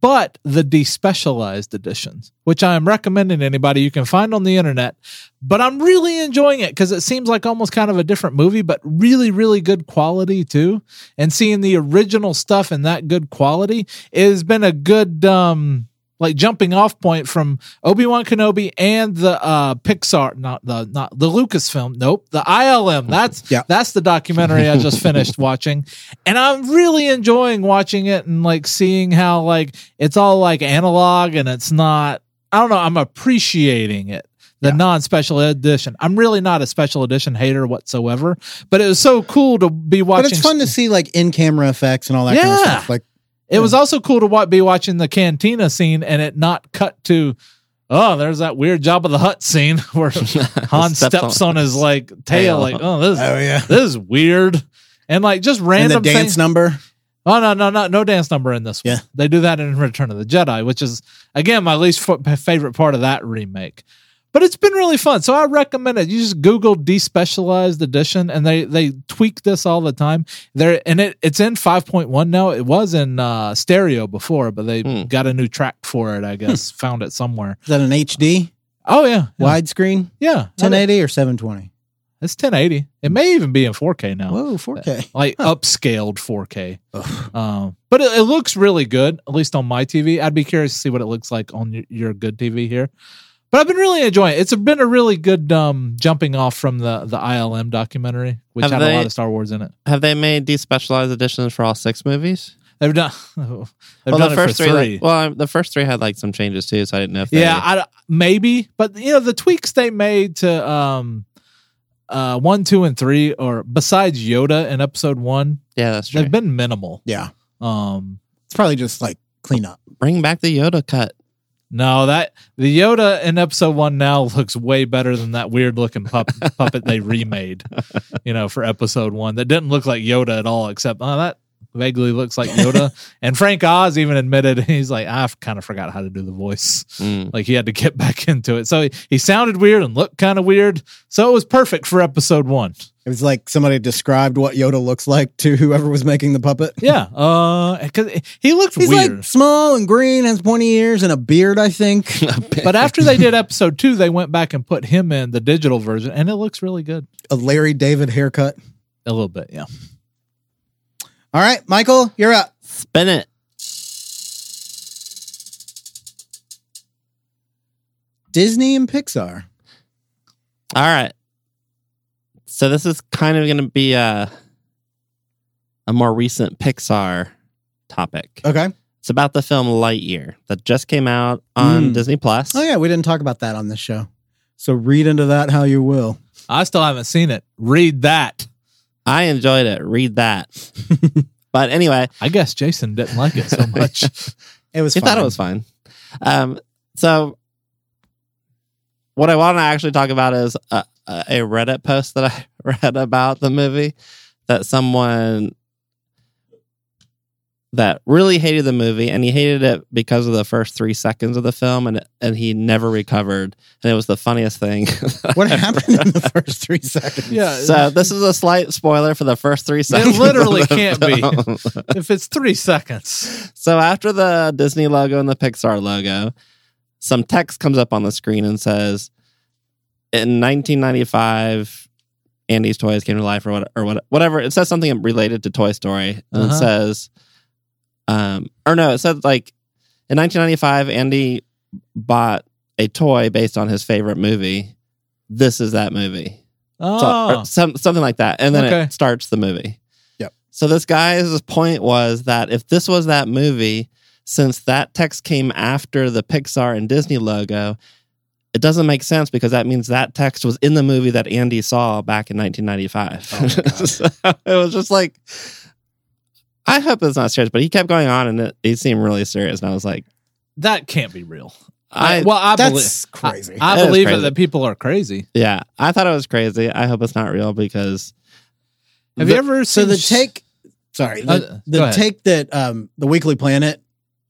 [SPEAKER 3] but the despecialized editions, which I am recommending to anybody you can find on the internet. But I'm really enjoying it because it seems like almost kind of a different movie, but really, really good quality too. And seeing the original stuff in that good quality has been a good um like jumping off point from Obi Wan Kenobi and the uh, Pixar, not the not the Lucasfilm. Nope, the ILM. That's
[SPEAKER 2] Yeah.
[SPEAKER 3] that's the documentary I just finished watching, and I'm really enjoying watching it and like seeing how like it's all like analog and it's not. I don't know. I'm appreciating it. The non special edition. I'm really not a special edition hater whatsoever, but it was so cool to be watching.
[SPEAKER 2] But it's fun to see like in camera effects and all that kind of
[SPEAKER 3] Yeah.
[SPEAKER 2] stuff. Like
[SPEAKER 3] It was also cool to wa- be watching the cantina scene and it not cut to, oh, there's that weird Job of the Hut scene where Han
[SPEAKER 4] Steps
[SPEAKER 3] steps, on, his like tail,
[SPEAKER 4] tail.
[SPEAKER 3] like, oh, this,
[SPEAKER 2] Oh, yeah.
[SPEAKER 3] this is weird. And like just
[SPEAKER 2] and the
[SPEAKER 3] random
[SPEAKER 2] dance
[SPEAKER 3] things.
[SPEAKER 2] number.
[SPEAKER 3] oh no, no, no, no dance number in this one.
[SPEAKER 2] Yeah.
[SPEAKER 3] They do that in Return of the Jedi, which is again my least f- favorite part of that remake. But it's been really fun, so I recommend it. You just Google despecialized edition, and they they tweak this all the time. There and it it's in five point one now. It was in uh, stereo before, but they
[SPEAKER 4] Hmm.
[SPEAKER 3] got a new track for it. I guess found it somewhere.
[SPEAKER 2] Is that an HD
[SPEAKER 3] Oh yeah, yeah.
[SPEAKER 2] widescreen?
[SPEAKER 3] Yeah,
[SPEAKER 2] 1080 or 720?
[SPEAKER 3] It's ten eighty. It may even be in four K now.
[SPEAKER 2] Whoa, 4K.
[SPEAKER 3] like upscaled 4K. Um, but it, it looks really good, at least on my TV. I'd be curious to see what it looks like on your, your good TV here. But I've been really enjoying it. It's been a really good um, jumping off from the the ILM documentary, which
[SPEAKER 4] Have
[SPEAKER 3] had a
[SPEAKER 4] they-
[SPEAKER 3] lot of Star Wars in it.
[SPEAKER 4] Have they made despecialized editions for all six movies?
[SPEAKER 3] They've done. They've done it for
[SPEAKER 4] three.
[SPEAKER 3] three.
[SPEAKER 4] like- well, um, the first three had like some changes too, so I didn't know. if they-
[SPEAKER 3] yeah, I, maybe. But you know, the tweaks they made to um, uh, one, two, and three, or besides Yoda in Episode One,
[SPEAKER 4] yeah, that's true.
[SPEAKER 3] they've been minimal.
[SPEAKER 2] Yeah.
[SPEAKER 3] Um,
[SPEAKER 2] It's probably just like clean up.
[SPEAKER 4] Bring back the Yoda cut.
[SPEAKER 3] No, that the Yoda in episode one now looks way better than that weird looking pup, puppet they remade, you know, for episode one that didn't look like Yoda at all, except oh, that vaguely looks like Yoda. and Frank Oz even admitted he's like, I've kind of forgot how to do the voice.
[SPEAKER 4] Mm.
[SPEAKER 3] Like he had to get back into it. So he, he sounded weird and looked kind of weird. So it was perfect for episode one.
[SPEAKER 2] It was like somebody described what Yoda looks like to whoever was making the puppet.
[SPEAKER 3] Yeah. Uh, cause he looked
[SPEAKER 2] He's
[SPEAKER 3] weird.
[SPEAKER 2] like small and green, has pointy ears and a beard, I think.
[SPEAKER 3] but after they did episode two, they went back and put him in the digital version and it looks really good.
[SPEAKER 2] a Larry David haircut.
[SPEAKER 3] A little bit. Yeah.
[SPEAKER 2] All right, Michael, you're up.
[SPEAKER 4] Spin it.
[SPEAKER 2] Disney and Pixar.
[SPEAKER 4] All right. So this is kind of going to be a a more recent Pixar topic.
[SPEAKER 2] Okay.
[SPEAKER 4] It's about the film Lightyear that just came out on
[SPEAKER 2] Mm.
[SPEAKER 4] Disney Plus.
[SPEAKER 2] Oh, yeah, we didn't talk about that on this show. So read into that how you will.
[SPEAKER 3] I still haven't seen it. Read that.
[SPEAKER 4] I enjoyed it. Read that. but anyway,
[SPEAKER 3] I guess Jason didn't like it so much.
[SPEAKER 2] It was
[SPEAKER 4] he
[SPEAKER 2] fine.
[SPEAKER 4] thought it was fine. Um, so what I want to actually talk about is a, a a Reddit post that I read about the movie that someone that really hated the movie and he hated it because of the first three seconds of the film and and he never recovered and it was the funniest thing
[SPEAKER 2] What happened in the first three seconds?
[SPEAKER 3] yeah.
[SPEAKER 4] so this is a slight spoiler for the first three seconds.
[SPEAKER 3] literally
[SPEAKER 4] of the
[SPEAKER 3] can't be.
[SPEAKER 4] film.
[SPEAKER 3] if it's three seconds.
[SPEAKER 4] So after the Disney logo and the Pixar logo, some text comes up on the screen and says, "In 1995, Andy's toys came to life, or what, or what, whatever." It says something related to Toy Story, and
[SPEAKER 3] Uh-huh.
[SPEAKER 4] it says, um, or no, it said like in 1995, Andy bought a toy based on his favorite movie. This is that movie. So-
[SPEAKER 3] Oh,
[SPEAKER 4] or some, something like that. And then
[SPEAKER 3] Okay.
[SPEAKER 4] it starts the movie.
[SPEAKER 2] Yep.
[SPEAKER 4] So this guy's point was that if this was that movie, since that text came after the Pixar and Disney logo, it doesn't make sense because that means that text was in the movie that Andy saw back in 1995. so it was just like, I hope it's not serious, but he kept going on and it, he seemed really serious. And I was like,
[SPEAKER 3] that can't be real.
[SPEAKER 4] I,
[SPEAKER 3] well, I believe.
[SPEAKER 2] That's crazy.
[SPEAKER 3] I,
[SPEAKER 4] That is
[SPEAKER 3] believe it
[SPEAKER 4] crazy.
[SPEAKER 3] that people are crazy.
[SPEAKER 4] yeah, I thought it was crazy. I hope it's not real because
[SPEAKER 3] Have you
[SPEAKER 2] The-
[SPEAKER 3] ever
[SPEAKER 2] so
[SPEAKER 3] seen
[SPEAKER 2] the
[SPEAKER 3] sh-
[SPEAKER 2] take sorry, the,
[SPEAKER 3] Uh, go
[SPEAKER 2] the
[SPEAKER 3] ahead.
[SPEAKER 2] take that um the Weekly Planet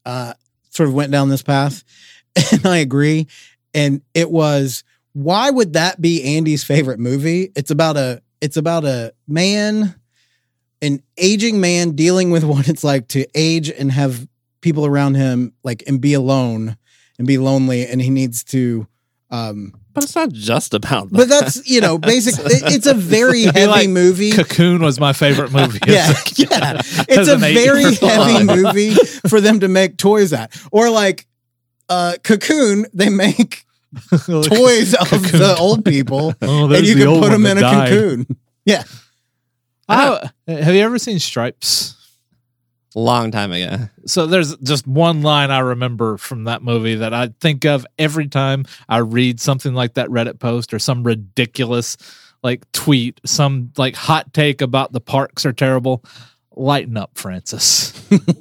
[SPEAKER 2] uh sort of went down this path, and I agree. And it was why would that be Andy's favorite movie? It's about a it's about a man, an aging man dealing with what it's like to age and have people around him like and be alone and be lonely and he needs to um
[SPEAKER 4] but it's not just about that.
[SPEAKER 2] but that's you know basic it- it's a very
[SPEAKER 3] It'd be
[SPEAKER 2] heavy
[SPEAKER 3] like
[SPEAKER 2] movie
[SPEAKER 3] Cocoon was my favorite movie.
[SPEAKER 2] E yeah, yeah. It's
[SPEAKER 3] As
[SPEAKER 2] a
[SPEAKER 3] an
[SPEAKER 2] very
[SPEAKER 3] eight-year-old.
[SPEAKER 2] heavy movie for them to make toys at. Or like uh, Cocoon, they make toys of the old people,
[SPEAKER 1] Oh,
[SPEAKER 2] and
[SPEAKER 1] there's
[SPEAKER 2] you
[SPEAKER 1] the
[SPEAKER 2] can
[SPEAKER 1] old
[SPEAKER 2] put
[SPEAKER 1] one
[SPEAKER 2] them in
[SPEAKER 1] that
[SPEAKER 2] a
[SPEAKER 1] died.
[SPEAKER 2] cocoon. Yeah,
[SPEAKER 3] I don't- have you ever seen Stripes?
[SPEAKER 4] Long time ago.
[SPEAKER 3] So there's just one line I remember from that movie that I think of every time I read something like that Reddit post or some ridiculous like tweet, some like hot take about the parks are terrible. Lighten up, Francis.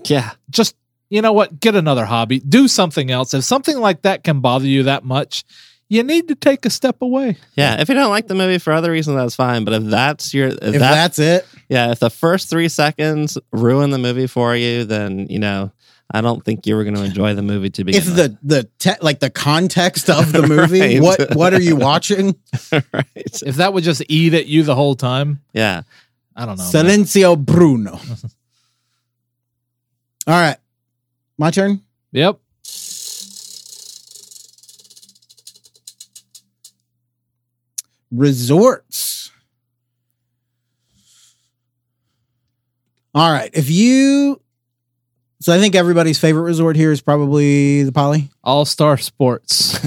[SPEAKER 4] Yeah.
[SPEAKER 3] Just you know what? Get another hobby. Do something else. If something like that can bother you that much, you need to take a step away.
[SPEAKER 4] Yeah. If you don't like the movie for other reasons, that's fine. But if that's your, if,
[SPEAKER 2] if
[SPEAKER 4] that,
[SPEAKER 2] that's it,
[SPEAKER 4] yeah, if the first three seconds ruin the movie for you, then, you know, I don't think you were going to enjoy the movie to begin
[SPEAKER 2] if
[SPEAKER 4] with.
[SPEAKER 2] the the te- like the context of the movie,
[SPEAKER 4] Right.
[SPEAKER 2] what what are you watching?
[SPEAKER 4] right.
[SPEAKER 3] If that would just eat at you the whole time,
[SPEAKER 4] Yeah.
[SPEAKER 3] I
[SPEAKER 1] Oh,
[SPEAKER 3] don't know. man.
[SPEAKER 2] Silencio Bruno. All right, my turn.
[SPEAKER 3] Yep.
[SPEAKER 2] resorts. All right. If you, so I think everybody's favorite resort here is probably the Poly.
[SPEAKER 3] All Star Sports.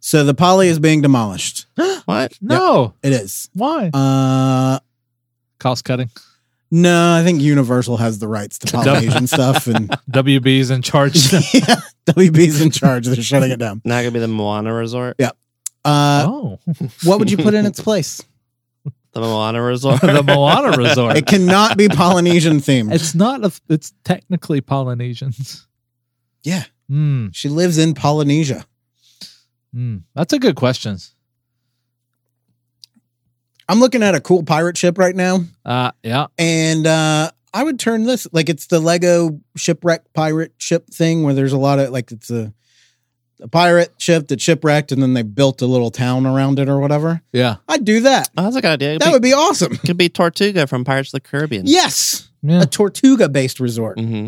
[SPEAKER 2] So the Poly is being demolished.
[SPEAKER 4] What?
[SPEAKER 3] No.
[SPEAKER 2] It is.
[SPEAKER 3] Why?
[SPEAKER 2] Uh,
[SPEAKER 3] Cost cutting.
[SPEAKER 2] no, I think Universal has the rights to Polynesian stuff, and
[SPEAKER 3] WB's in charge.
[SPEAKER 2] yeah, WB's in charge. They're shutting it down.
[SPEAKER 4] Not going to be the Moana Resort?
[SPEAKER 2] Uh,
[SPEAKER 3] oh,
[SPEAKER 2] what would you put in its place?
[SPEAKER 4] The Moana Resort? Oh,
[SPEAKER 3] the Moana Resort.
[SPEAKER 2] It cannot be Polynesian themed.
[SPEAKER 3] It's not. A, it's technically Polynesians.
[SPEAKER 2] Yeah,
[SPEAKER 3] Hmm.
[SPEAKER 2] she lives in Polynesia.
[SPEAKER 3] hmm. That's a good question.
[SPEAKER 2] I'm looking at a cool pirate ship right now.
[SPEAKER 3] Uh, yeah.
[SPEAKER 2] and uh I would turn this like it's the Lego shipwreck pirate ship thing where there's a lot of like it's a a pirate ship that shipwrecked and then they built a little town around it or whatever.
[SPEAKER 3] Yeah.
[SPEAKER 2] I'd do that.
[SPEAKER 4] Oh, that's a good idea. It
[SPEAKER 2] That
[SPEAKER 4] could,
[SPEAKER 2] would be awesome.
[SPEAKER 4] be, could be Tortuga from Pirates of the Caribbean.
[SPEAKER 2] Yes,
[SPEAKER 3] Yeah.
[SPEAKER 2] a Tortuga based resort.
[SPEAKER 4] hmm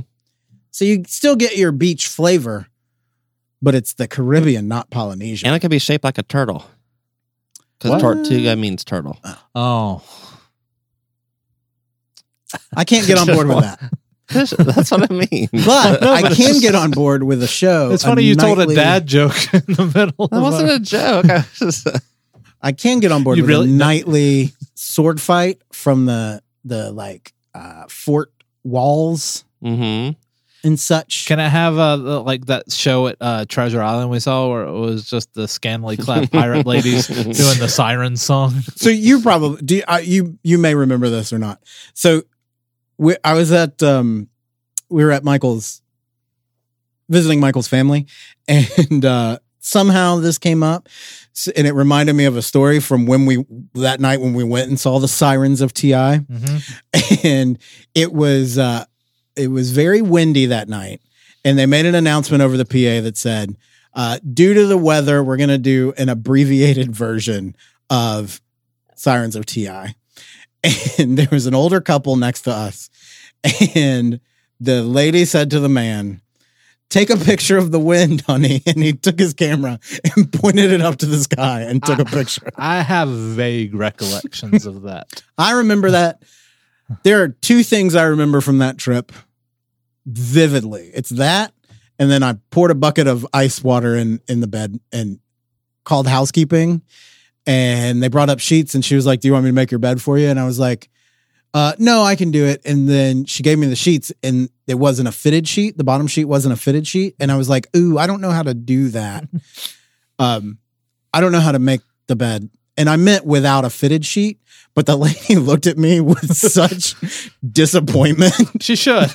[SPEAKER 2] So you still get your beach flavor, but it's the Caribbean, not Polynesia.
[SPEAKER 4] And it could be shaped like a turtle.
[SPEAKER 2] What?
[SPEAKER 4] Because Tortuga means turtle.
[SPEAKER 3] Oh.
[SPEAKER 2] I can't get on board with that.
[SPEAKER 4] That's that's what I mean.
[SPEAKER 2] But
[SPEAKER 3] No,
[SPEAKER 2] I
[SPEAKER 3] but it's
[SPEAKER 2] can
[SPEAKER 3] just-
[SPEAKER 2] get on board with a show.
[SPEAKER 3] It's funny you told a
[SPEAKER 2] nightly-
[SPEAKER 3] dad joke in the middle.
[SPEAKER 4] That
[SPEAKER 3] of
[SPEAKER 4] wasn't
[SPEAKER 3] our-
[SPEAKER 4] a joke. I was just-
[SPEAKER 2] I can get on board
[SPEAKER 3] You
[SPEAKER 2] with
[SPEAKER 3] really-
[SPEAKER 2] a nightly sword fight from the the like uh, fort walls
[SPEAKER 4] Mhm.
[SPEAKER 2] and such.
[SPEAKER 3] Can I have uh, the- like that show at uh, Treasure Island we saw where it was just the scantily clad pirate ladies doing the siren song?
[SPEAKER 2] so you probably do. Uh, you you may remember this or not. So we, I was at um, we were at Michael's visiting Michael's family, and uh, somehow this came up, S- and it reminded me of a story from when we that night when we went and saw the sirens of Ti.
[SPEAKER 3] hmm
[SPEAKER 2] and it was uh, it was very windy that night, and they made an announcement over the PA that said, uh, "Due to the weather, we're going to do an abbreviated version of Sirens of Ti." And there was an older couple next to us, and the lady said to the man. Take a picture of the wind, honey. And he took his camera and pointed it up to the sky and took a picture.
[SPEAKER 3] I have vague recollections of that.
[SPEAKER 2] I remember that. There are two things I remember from that trip vividly. It's that, and then I poured a bucket of ice water in in the bed and called housekeeping, and they brought up sheets, and she was like, "Do you want me to make your bed for you?" And I was like, uh, "No, I can do it." And then she gave me the sheets, and it wasn't a fitted sheet. The bottom sheet wasn't a fitted sheet, and I was like, "Ooh, I don't know how to do that. um, I don't know how to make the bed." And I meant without a fitted sheet, but the lady looked at me with such disappointment.
[SPEAKER 3] She should.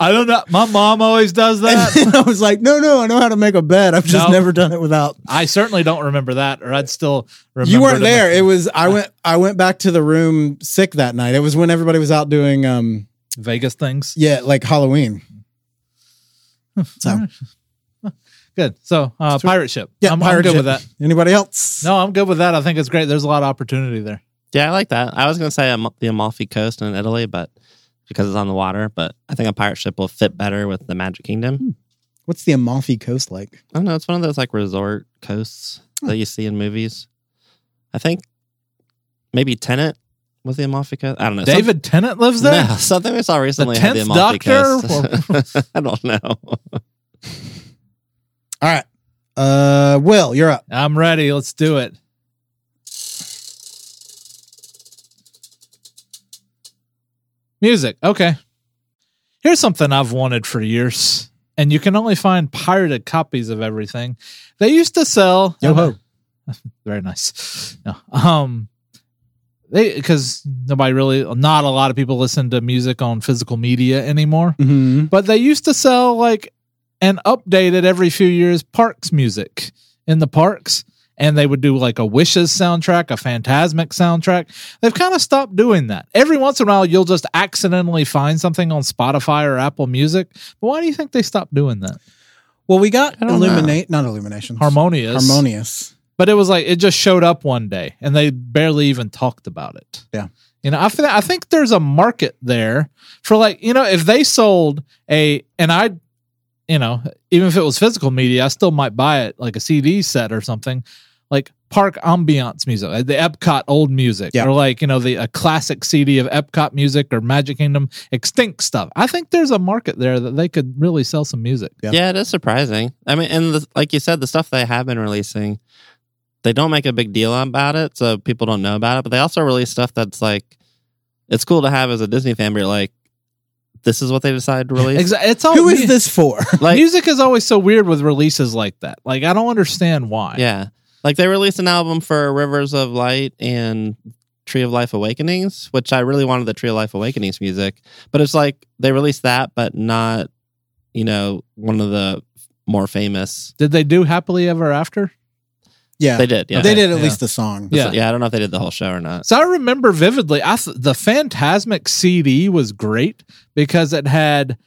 [SPEAKER 3] I don't know. My mom always does that.
[SPEAKER 2] And I was like, no, no, I know how to make a bed. I've just
[SPEAKER 3] No.
[SPEAKER 2] never done it without.
[SPEAKER 3] I certainly don't remember that, or I'd still remember.
[SPEAKER 2] you weren't
[SPEAKER 3] to
[SPEAKER 2] there.
[SPEAKER 3] make-
[SPEAKER 2] It was I went I went back to the room sick that night. It was when everybody was out doing um
[SPEAKER 3] Vegas things.
[SPEAKER 2] yeah, like Halloween. So
[SPEAKER 3] Good. So, uh, pirate ship.
[SPEAKER 2] yeah,
[SPEAKER 3] I'm, I'm
[SPEAKER 2] pirate
[SPEAKER 3] good
[SPEAKER 2] ship.
[SPEAKER 3] with that.
[SPEAKER 2] Anybody else?
[SPEAKER 3] No, I'm good with that. I think it's great. There's a lot of opportunity there.
[SPEAKER 4] yeah, I like that. I was going to say Am- the Amalfi Coast in Italy, but because it's on the water, but I think a pirate ship will fit better with the Magic Kingdom.
[SPEAKER 2] What's the Amalfi Coast like?
[SPEAKER 4] I don't know. It's one of those like resort coasts that you see in movies. I think maybe Tenant was the Amalfi Coast. I don't know. Some-
[SPEAKER 3] David Tennant lives there.
[SPEAKER 4] No, something we saw recently had the
[SPEAKER 3] 10th
[SPEAKER 4] Amalfi
[SPEAKER 3] Doctor?
[SPEAKER 4] Coast. I don't know.
[SPEAKER 2] All right. Uh, Will, you're up.
[SPEAKER 3] I'm ready. Let's do it. Music. Okay. Here's something I've wanted for years, and you can only find pirated copies of everything. They used to sell.
[SPEAKER 2] Yo ho.
[SPEAKER 3] Very nice. No. Um, they because nobody really, not a lot of people listen to music on physical media anymore
[SPEAKER 2] Mm-hmm.
[SPEAKER 3] but they used to sell like and updated every few years parks music in the parks and they would do like a wishes soundtrack a phantasmic soundtrack they've kind of stopped doing that every once in a while you'll just accidentally find something on spotify or apple music but why do you think they stopped doing that
[SPEAKER 2] Well, we got
[SPEAKER 4] I don't
[SPEAKER 2] illuminate, not illuminations,
[SPEAKER 3] harmonious
[SPEAKER 2] harmonious.
[SPEAKER 3] but it was like it just showed up one day and they barely even talked about it
[SPEAKER 2] Yeah.
[SPEAKER 3] you know i, feel, I think there's a market there for like you know if they sold a and i you know even if it was physical media i still might buy it like a cd set or something like park ambiance music like the epcot old music
[SPEAKER 2] Yeah.
[SPEAKER 3] or like you know the a classic cd of epcot music or magic kingdom extinct stuff i think there's a market there that they could really sell some music
[SPEAKER 2] Yeah.
[SPEAKER 4] Yeah, it is surprising. I mean, and the, like you said, the stuff they have been releasing, they don't make a big deal about it, so people don't know about it. But they also release stuff that's like, it's cool to have as a Disney fan. But you're like, this is what they decided to release.
[SPEAKER 3] Exa- it's all
[SPEAKER 2] Who
[SPEAKER 3] mu-
[SPEAKER 2] is this for?
[SPEAKER 4] Like,
[SPEAKER 3] music is always so weird with releases like that. Like I don't understand why.
[SPEAKER 4] yeah, like they released an album for Rivers of Light and Tree of Life Awakenings, which I really wanted the Tree of Life Awakenings music, but it's like they released that, but not, you know, one of the more famous.
[SPEAKER 3] Did they do happily ever after?
[SPEAKER 2] yeah,
[SPEAKER 4] They did, yeah,
[SPEAKER 2] They did at
[SPEAKER 3] Yeah.
[SPEAKER 2] least the song.
[SPEAKER 3] Yeah.
[SPEAKER 4] yeah. I don't know if they did the whole show or not.
[SPEAKER 3] So I remember vividly. I th- the Phantasmic CD was great because it had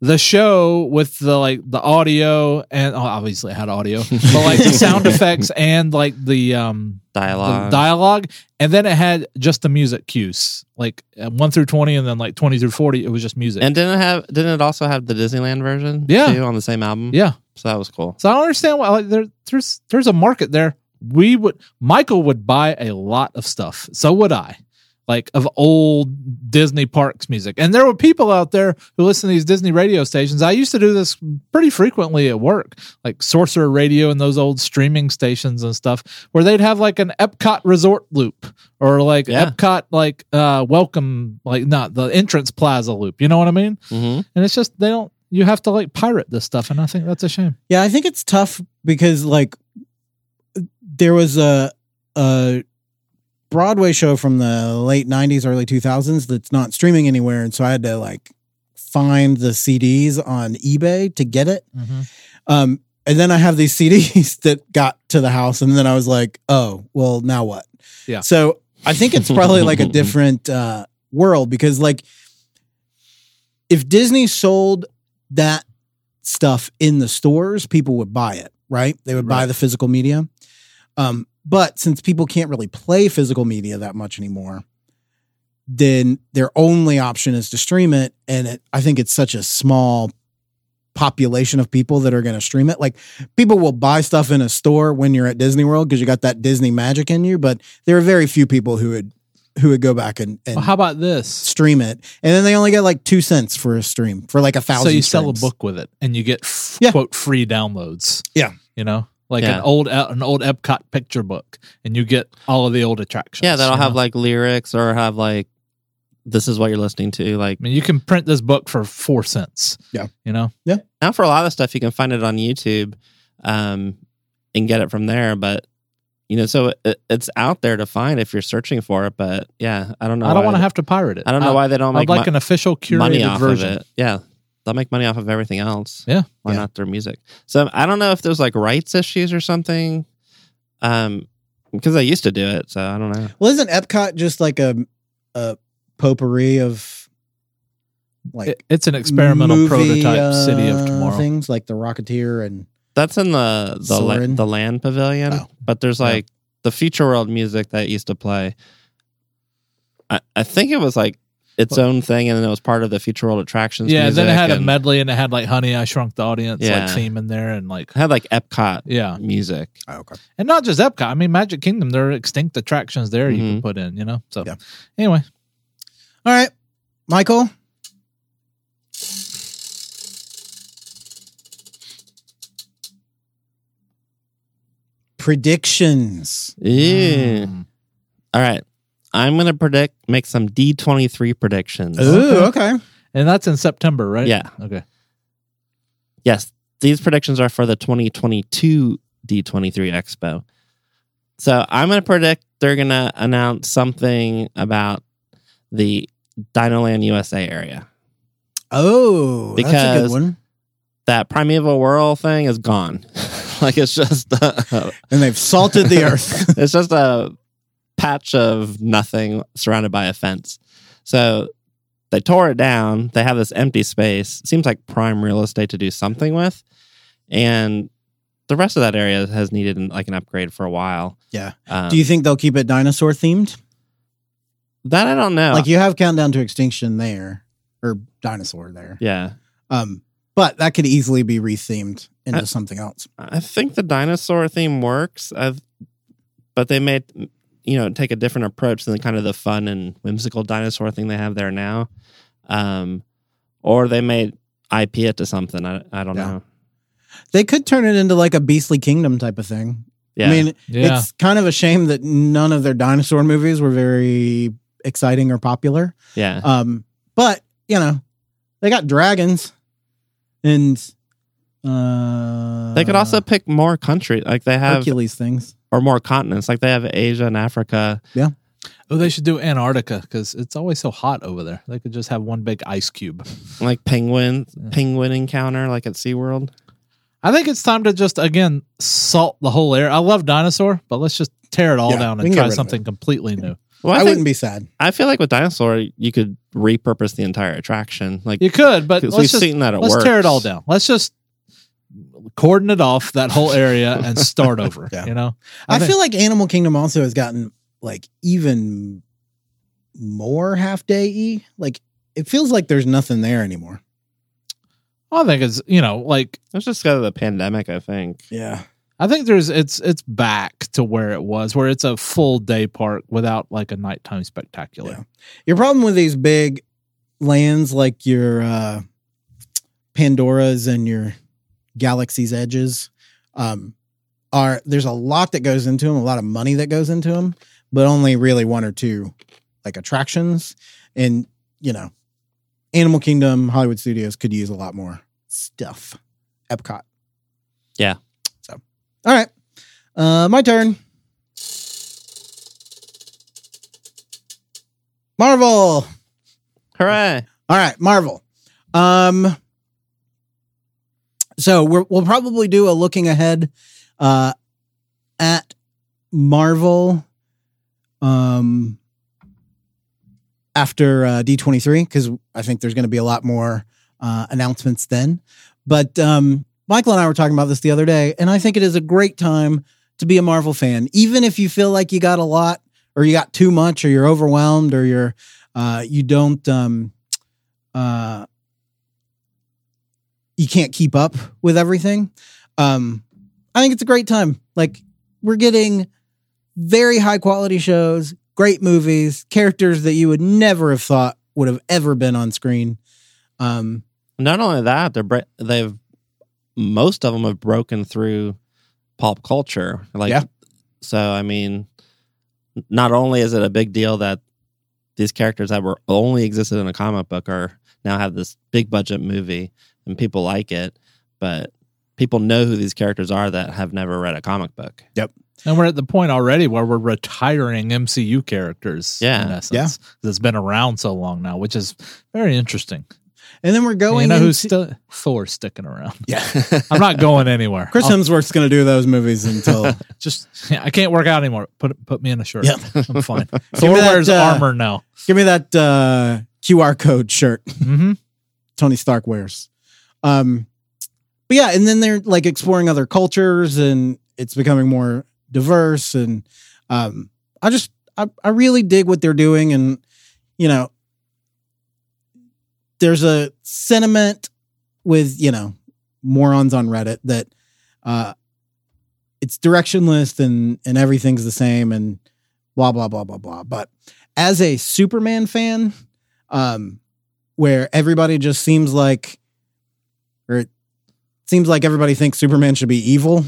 [SPEAKER 3] the show with the like the audio and oh, obviously it had audio, but like the sound effects and like the um the
[SPEAKER 4] Dialogue.
[SPEAKER 3] dialogue, and then it had just the music cues like uh, one through twenty, and then like twenty through forty. It was just music.
[SPEAKER 4] And didn't it have didn't it also have the Disneyland version?
[SPEAKER 3] Yeah.
[SPEAKER 4] too, on the same album.
[SPEAKER 3] yeah.
[SPEAKER 4] so that was cool.
[SPEAKER 3] So I don't understand why like there there's there's a market there. We would Michael would buy a lot of stuff. So would I. Like of old Disney parks music. And there were people out there who listen to these Disney radio stations. I used to do this pretty frequently at work, like Sorcerer Radio and those old streaming stations and stuff, where they'd have like an Epcot resort loop or like
[SPEAKER 4] Yeah.
[SPEAKER 3] Epcot like uh welcome like not the entrance plaza loop. You know what I mean?
[SPEAKER 4] Mm-hmm.
[SPEAKER 3] And it's just they don't you have to like pirate this stuff and I think that's a shame.
[SPEAKER 2] Yeah, I think it's tough because like there was a a Broadway show from the late '90s, early 2000s that's not streaming anywhere, and so I had to like find the CDs on eBay to get it. Um, and then I have these CDs that got to the house, and then I was like, oh, well, now what?
[SPEAKER 3] Yeah.
[SPEAKER 2] So I think it's probably like a different uh, world because, like, if Disney sold that stuff in the stores, people would buy it, right? They would buy
[SPEAKER 3] Right.
[SPEAKER 2] the physical media. Um, but since people can't really play physical media that much anymore, then their only option is to stream it. And it, I think it's such a small population of people that are going to stream it. Like people will buy stuff in a store when you're at Disney World because you got that Disney magic in you, but there are very few people who would who would go back and, and
[SPEAKER 3] Well, how about this?
[SPEAKER 2] stream it. And then they only get like two cents for a stream for like a thousand.
[SPEAKER 3] So you sell a
[SPEAKER 2] streams.
[SPEAKER 3] book with it, and you get f-
[SPEAKER 2] Yeah.
[SPEAKER 3] quote free downloads.
[SPEAKER 2] Yeah.
[SPEAKER 3] you know, like
[SPEAKER 4] Yeah.
[SPEAKER 3] an old uh, an old Epcot picture book, and you get all of the old attractions.
[SPEAKER 4] Yeah, that'll
[SPEAKER 3] you
[SPEAKER 4] have
[SPEAKER 3] know?
[SPEAKER 4] like lyrics or have like this is what you're listening to. Like
[SPEAKER 3] I mean, you can print this book for four cents.
[SPEAKER 2] Yeah.
[SPEAKER 3] you know,
[SPEAKER 4] now for a lot of stuff, you can find it on YouTube, um, and get it from there. But you know, so it, it's out there to find if you're searching for it. But yeah, I don't know.
[SPEAKER 3] I don't
[SPEAKER 4] why-
[SPEAKER 3] want to have to pirate it.
[SPEAKER 4] I don't know
[SPEAKER 3] I,
[SPEAKER 4] why they don't
[SPEAKER 3] I'd
[SPEAKER 4] make
[SPEAKER 3] like
[SPEAKER 4] mo-
[SPEAKER 3] an official curated
[SPEAKER 4] money off
[SPEAKER 3] version.
[SPEAKER 4] of it. Yeah, they'll make money off of everything else.
[SPEAKER 3] Yeah.
[SPEAKER 4] why
[SPEAKER 2] Yeah.
[SPEAKER 4] not their music? So I don't know if there's like rights issues or something, um, because I used to do it. So I don't know.
[SPEAKER 2] Well, isn't Epcot just like a a potpourri of like
[SPEAKER 3] It- it's an experimental
[SPEAKER 2] movie,
[SPEAKER 3] prototype city of
[SPEAKER 2] uh,
[SPEAKER 3] tomorrow.
[SPEAKER 2] things like the Rocketeer and
[SPEAKER 4] That's in the the la-
[SPEAKER 2] Soarin'.
[SPEAKER 4] the land pavilion,
[SPEAKER 2] Oh.
[SPEAKER 4] but there's
[SPEAKER 3] Yeah.
[SPEAKER 4] like the future world music that used to play. I, I think it was like its
[SPEAKER 3] Well-
[SPEAKER 4] own thing, and then it was part of the future world attractions.
[SPEAKER 3] Yeah, then it
[SPEAKER 4] music,
[SPEAKER 3] had a
[SPEAKER 4] and
[SPEAKER 3] medley, and it had like "Honey, I Shrunk the Audience"
[SPEAKER 4] Yeah.
[SPEAKER 3] like theme in there, and like
[SPEAKER 4] it had like Epcot
[SPEAKER 3] yeah,
[SPEAKER 4] music.
[SPEAKER 2] oh, okay.
[SPEAKER 3] and not just Epcot. I mean, Magic Kingdom. There are extinct attractions there you can put in. You know, so
[SPEAKER 2] Mm-hmm. Yeah.
[SPEAKER 3] anyway.
[SPEAKER 2] All right, Michael. predictions.
[SPEAKER 4] Yeah.
[SPEAKER 3] Mm.
[SPEAKER 4] All right. I'm going to predict, make some D23 predictions.
[SPEAKER 2] Ooh, okay.
[SPEAKER 3] And that's in September, right?
[SPEAKER 4] Yeah.
[SPEAKER 3] Okay.
[SPEAKER 4] Yes, these predictions are for the 2022 D23 Expo. So I'm going to predict they're going to announce something about the Dinoland USA area.
[SPEAKER 2] Oh, that's a good
[SPEAKER 4] Because-
[SPEAKER 2] one.
[SPEAKER 4] That primeval whirl thing is gone. like it's just uh, a,
[SPEAKER 2] And they've salted the earth.
[SPEAKER 4] it's just a patch of nothing surrounded by a fence. So they tore it down. They have this empty space. Seems like prime real estate to do something with. And the rest of that area has needed an, like an upgrade for a while.
[SPEAKER 2] Yeah.
[SPEAKER 4] Um,
[SPEAKER 2] Do you think they'll keep it dinosaur themed?
[SPEAKER 4] that I don't
[SPEAKER 3] Oh.
[SPEAKER 4] know.
[SPEAKER 2] Like you have Countdown to Extinction there, or dinosaur there.
[SPEAKER 4] yeah.
[SPEAKER 2] Um, but that could easily be rethemed
[SPEAKER 3] Uh,
[SPEAKER 2] into something else.
[SPEAKER 4] I think the dinosaur theme works. I've, but they may, you know, take a different approach than kind of the fun and whimsical dinosaur thing they have there now. Um, or they may IP it to something. I, I don't
[SPEAKER 2] Yeah.
[SPEAKER 4] know.
[SPEAKER 2] They could turn it into like a Beastly Kingdom type of thing.
[SPEAKER 4] Yeah.
[SPEAKER 2] I mean,
[SPEAKER 3] Yeah.
[SPEAKER 2] it's kind of a shame that none of their dinosaur movies were very exciting or popular.
[SPEAKER 4] yeah.
[SPEAKER 3] uh,
[SPEAKER 2] Um, but you know, they got dragons, and uh,
[SPEAKER 4] they could also pick more country, like they have,
[SPEAKER 2] Hercules things.
[SPEAKER 4] or more continents, like they have Asia and Africa.
[SPEAKER 3] oh, they should do Antarctica because it's always so hot over there. They could just have one big ice cube.
[SPEAKER 4] Like penguin,
[SPEAKER 3] Yeah.
[SPEAKER 4] penguin encounter, like at SeaWorld.
[SPEAKER 3] I think it's time to just again salt the whole air. I love dinosaur, but let's just tear it all
[SPEAKER 2] Yeah,
[SPEAKER 3] down
[SPEAKER 2] we can
[SPEAKER 3] and
[SPEAKER 2] get rid
[SPEAKER 3] try
[SPEAKER 2] of it.
[SPEAKER 3] something completely new.
[SPEAKER 4] Well,
[SPEAKER 2] I,
[SPEAKER 4] I,
[SPEAKER 2] wouldn't
[SPEAKER 4] think,
[SPEAKER 2] be sad.
[SPEAKER 4] I feel like with dinosaur, you could repurpose the entire attraction. Like
[SPEAKER 3] You could, but
[SPEAKER 4] 'Cause
[SPEAKER 3] let's
[SPEAKER 4] we've
[SPEAKER 3] just
[SPEAKER 4] seen that it
[SPEAKER 3] let's tear it all
[SPEAKER 4] works.
[SPEAKER 3] down. Let's just cordon it off that whole area and start over.
[SPEAKER 2] Yeah.
[SPEAKER 3] You know,
[SPEAKER 2] I,
[SPEAKER 3] think-
[SPEAKER 2] feel like Animal Kingdom also has gotten like even more half day e. Like it feels like there's nothing there anymore.
[SPEAKER 3] I think it's you know like
[SPEAKER 4] Let's just go to the pandemic, I think.
[SPEAKER 2] Yeah,
[SPEAKER 3] I think there's it's it's back to where it was, where it's a full day park without like a nighttime spectacular.
[SPEAKER 2] Yeah. your problem with these big lands like your uh, Pandora's and your Galaxy's Edges um, are there's a lot that goes into them, a lot of money that goes into them, but only really one or two like attractions. And you know, Animal Kingdom, Hollywood Studios could use a lot more stuff. Epcot,
[SPEAKER 4] Yeah.
[SPEAKER 2] So, all right, uh, my turn. Marvel.
[SPEAKER 4] Hooray.
[SPEAKER 2] All right, Marvel. Um, so we're, we'll probably do a looking ahead uh, at Marvel um, after uh, D23, because I think there's going to be a lot more uh, announcements then. But um, Michael and I were talking about this the other day, and I think it is a great time to be a Marvel fan, even if you feel like you got a lot or you got too much or you're overwhelmed or you're uh, you don't um, uh, you can't keep up with everything. Um, I think it's a great time. Like we're getting very high quality shows, great movies, characters that you would never have thought would have ever been on screen. Um,
[SPEAKER 4] Not only that, they're bre- they've most of them have broken through pop culture. Like
[SPEAKER 2] Yeah.
[SPEAKER 4] so I mean not only is it a big deal that these characters that were only existed in a comic book are now have this big budget movie and people like it, but people know who these characters are that have never read a comic book.
[SPEAKER 3] And we're at the point already where we're retiring MCU characters.
[SPEAKER 4] Yeah.
[SPEAKER 3] In essence, yeah. That's been around so long now, which is very interesting.
[SPEAKER 2] and then we're going.
[SPEAKER 3] you know who's
[SPEAKER 2] into-
[SPEAKER 3] still Thor sticking around.
[SPEAKER 2] yeah.
[SPEAKER 3] I'm not going anywhere.
[SPEAKER 2] Chris
[SPEAKER 3] I'll
[SPEAKER 2] Hemsworth's going to do those movies until
[SPEAKER 3] just yeah, I can't work out anymore. Put put me in a shirt.
[SPEAKER 2] Yeah.
[SPEAKER 3] I'm fine. Thor
[SPEAKER 2] that,
[SPEAKER 3] wears
[SPEAKER 2] uh,
[SPEAKER 3] armor now.
[SPEAKER 2] give me that uh, QR code shirt.
[SPEAKER 3] hmm
[SPEAKER 2] Tony Stark wears. Um, but yeah, and then they're like exploring other cultures, and it's becoming more diverse. And um, I just, I, I really dig what they're doing, and you know, there's a sentiment with you know morons on Reddit that uh, it's directionless and and everything's the same and blah blah blah blah blah. But as a Superman fan, um, where everybody just seems like, or it seems like everybody thinks Superman should be evil.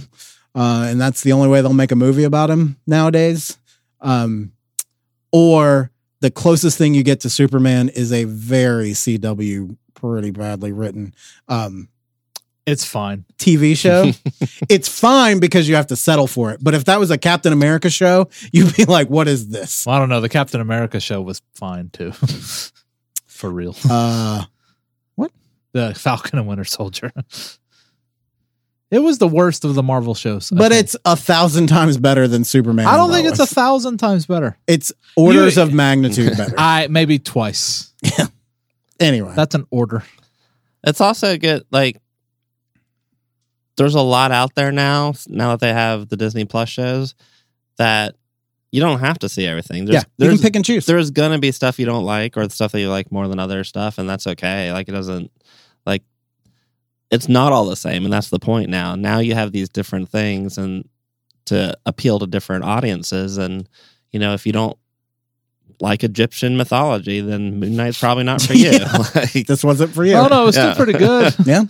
[SPEAKER 2] uh, and that's the only way they'll make a movie about him nowadays. Um, or the closest thing you get to Superman is a very CW, pretty badly written um,
[SPEAKER 3] It's fine.
[SPEAKER 2] TV show. it's fine because you have to settle for it. But if that was a Captain America show, you'd be like, "What is this?"
[SPEAKER 3] Well, I don't know. The Captain America show was fine too. For real.
[SPEAKER 2] Uh,
[SPEAKER 3] The Falcon and Winter Soldier. It was the worst of the Marvel shows. I
[SPEAKER 2] but
[SPEAKER 3] think.
[SPEAKER 2] it's a thousand times better than Superman.
[SPEAKER 3] I don't think it's a
[SPEAKER 2] was.
[SPEAKER 3] thousand times better.
[SPEAKER 2] It's orders of magnitude better.
[SPEAKER 3] I maybe twice.
[SPEAKER 2] anyway,
[SPEAKER 3] That's an order.
[SPEAKER 4] It's also good. Like, there's a lot out there now. Now that they have the Disney Plus shows, that you don't have to see everything. There's,
[SPEAKER 2] yeah, you can
[SPEAKER 4] there's-
[SPEAKER 2] pick and choose.
[SPEAKER 4] there's gonna be stuff you don't like or stuff that you like more than other stuff, and that's okay. Like, it doesn't like it's not all the same, and that's the point. Now, now you have these different things and to appeal to different audiences, and you know if you don't like Egyptian mythology, then Moon Knight's probably not for you.
[SPEAKER 2] Yeah.
[SPEAKER 4] Like,
[SPEAKER 2] This wasn't for you.
[SPEAKER 3] Oh no, it's
[SPEAKER 4] Yeah.
[SPEAKER 3] still pretty good.
[SPEAKER 2] Yeah.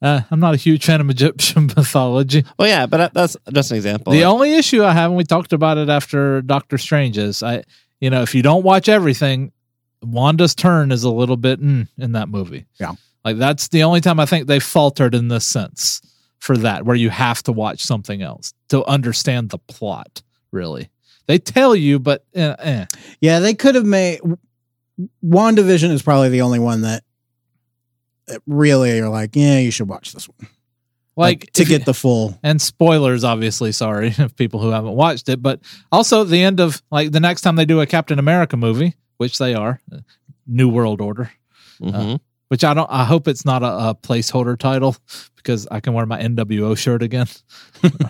[SPEAKER 3] Uh, I'm not a huge fan of Egyptian mythology.
[SPEAKER 4] Well, yeah, but that's just an example.
[SPEAKER 3] The only issue I have, and we talked about it after Doctor Strange, is I, you know, if you don't watch everything, Wanda's turn is a little bit mm, in that movie.
[SPEAKER 2] Yeah.
[SPEAKER 3] like that's the only time I think they faltered in this sense for that, where you have to watch something else to understand the plot. Really, they tell you, but eh, eh.
[SPEAKER 2] Yeah, they could have made WandaVision is probably the only one that that really are like, yeah, you should watch this one.
[SPEAKER 3] like,
[SPEAKER 2] to
[SPEAKER 3] if you-
[SPEAKER 2] get the full.
[SPEAKER 3] and spoilers obviously sorry if people who haven't watched it but also at the end of like the next time they do a captain america movie which they are uh, new world order uh,
[SPEAKER 4] Mhm.
[SPEAKER 3] which i don't i hope it's not a, a placeholder title because i can wear my nwo shirt again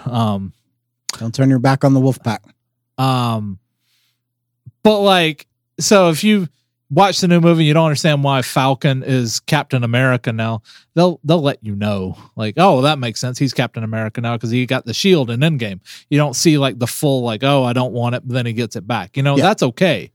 [SPEAKER 3] um
[SPEAKER 2] Don't turn your back on the wolf pack.
[SPEAKER 3] um but like so if you watch the new movie you don't understand why falcon is captain america now they'll they'll let you know like oh that makes sense he's captain america now because he got the shield in endgame you don't see like the full like oh i don't want it but then he gets it back you know
[SPEAKER 2] Yeah.
[SPEAKER 3] that's okay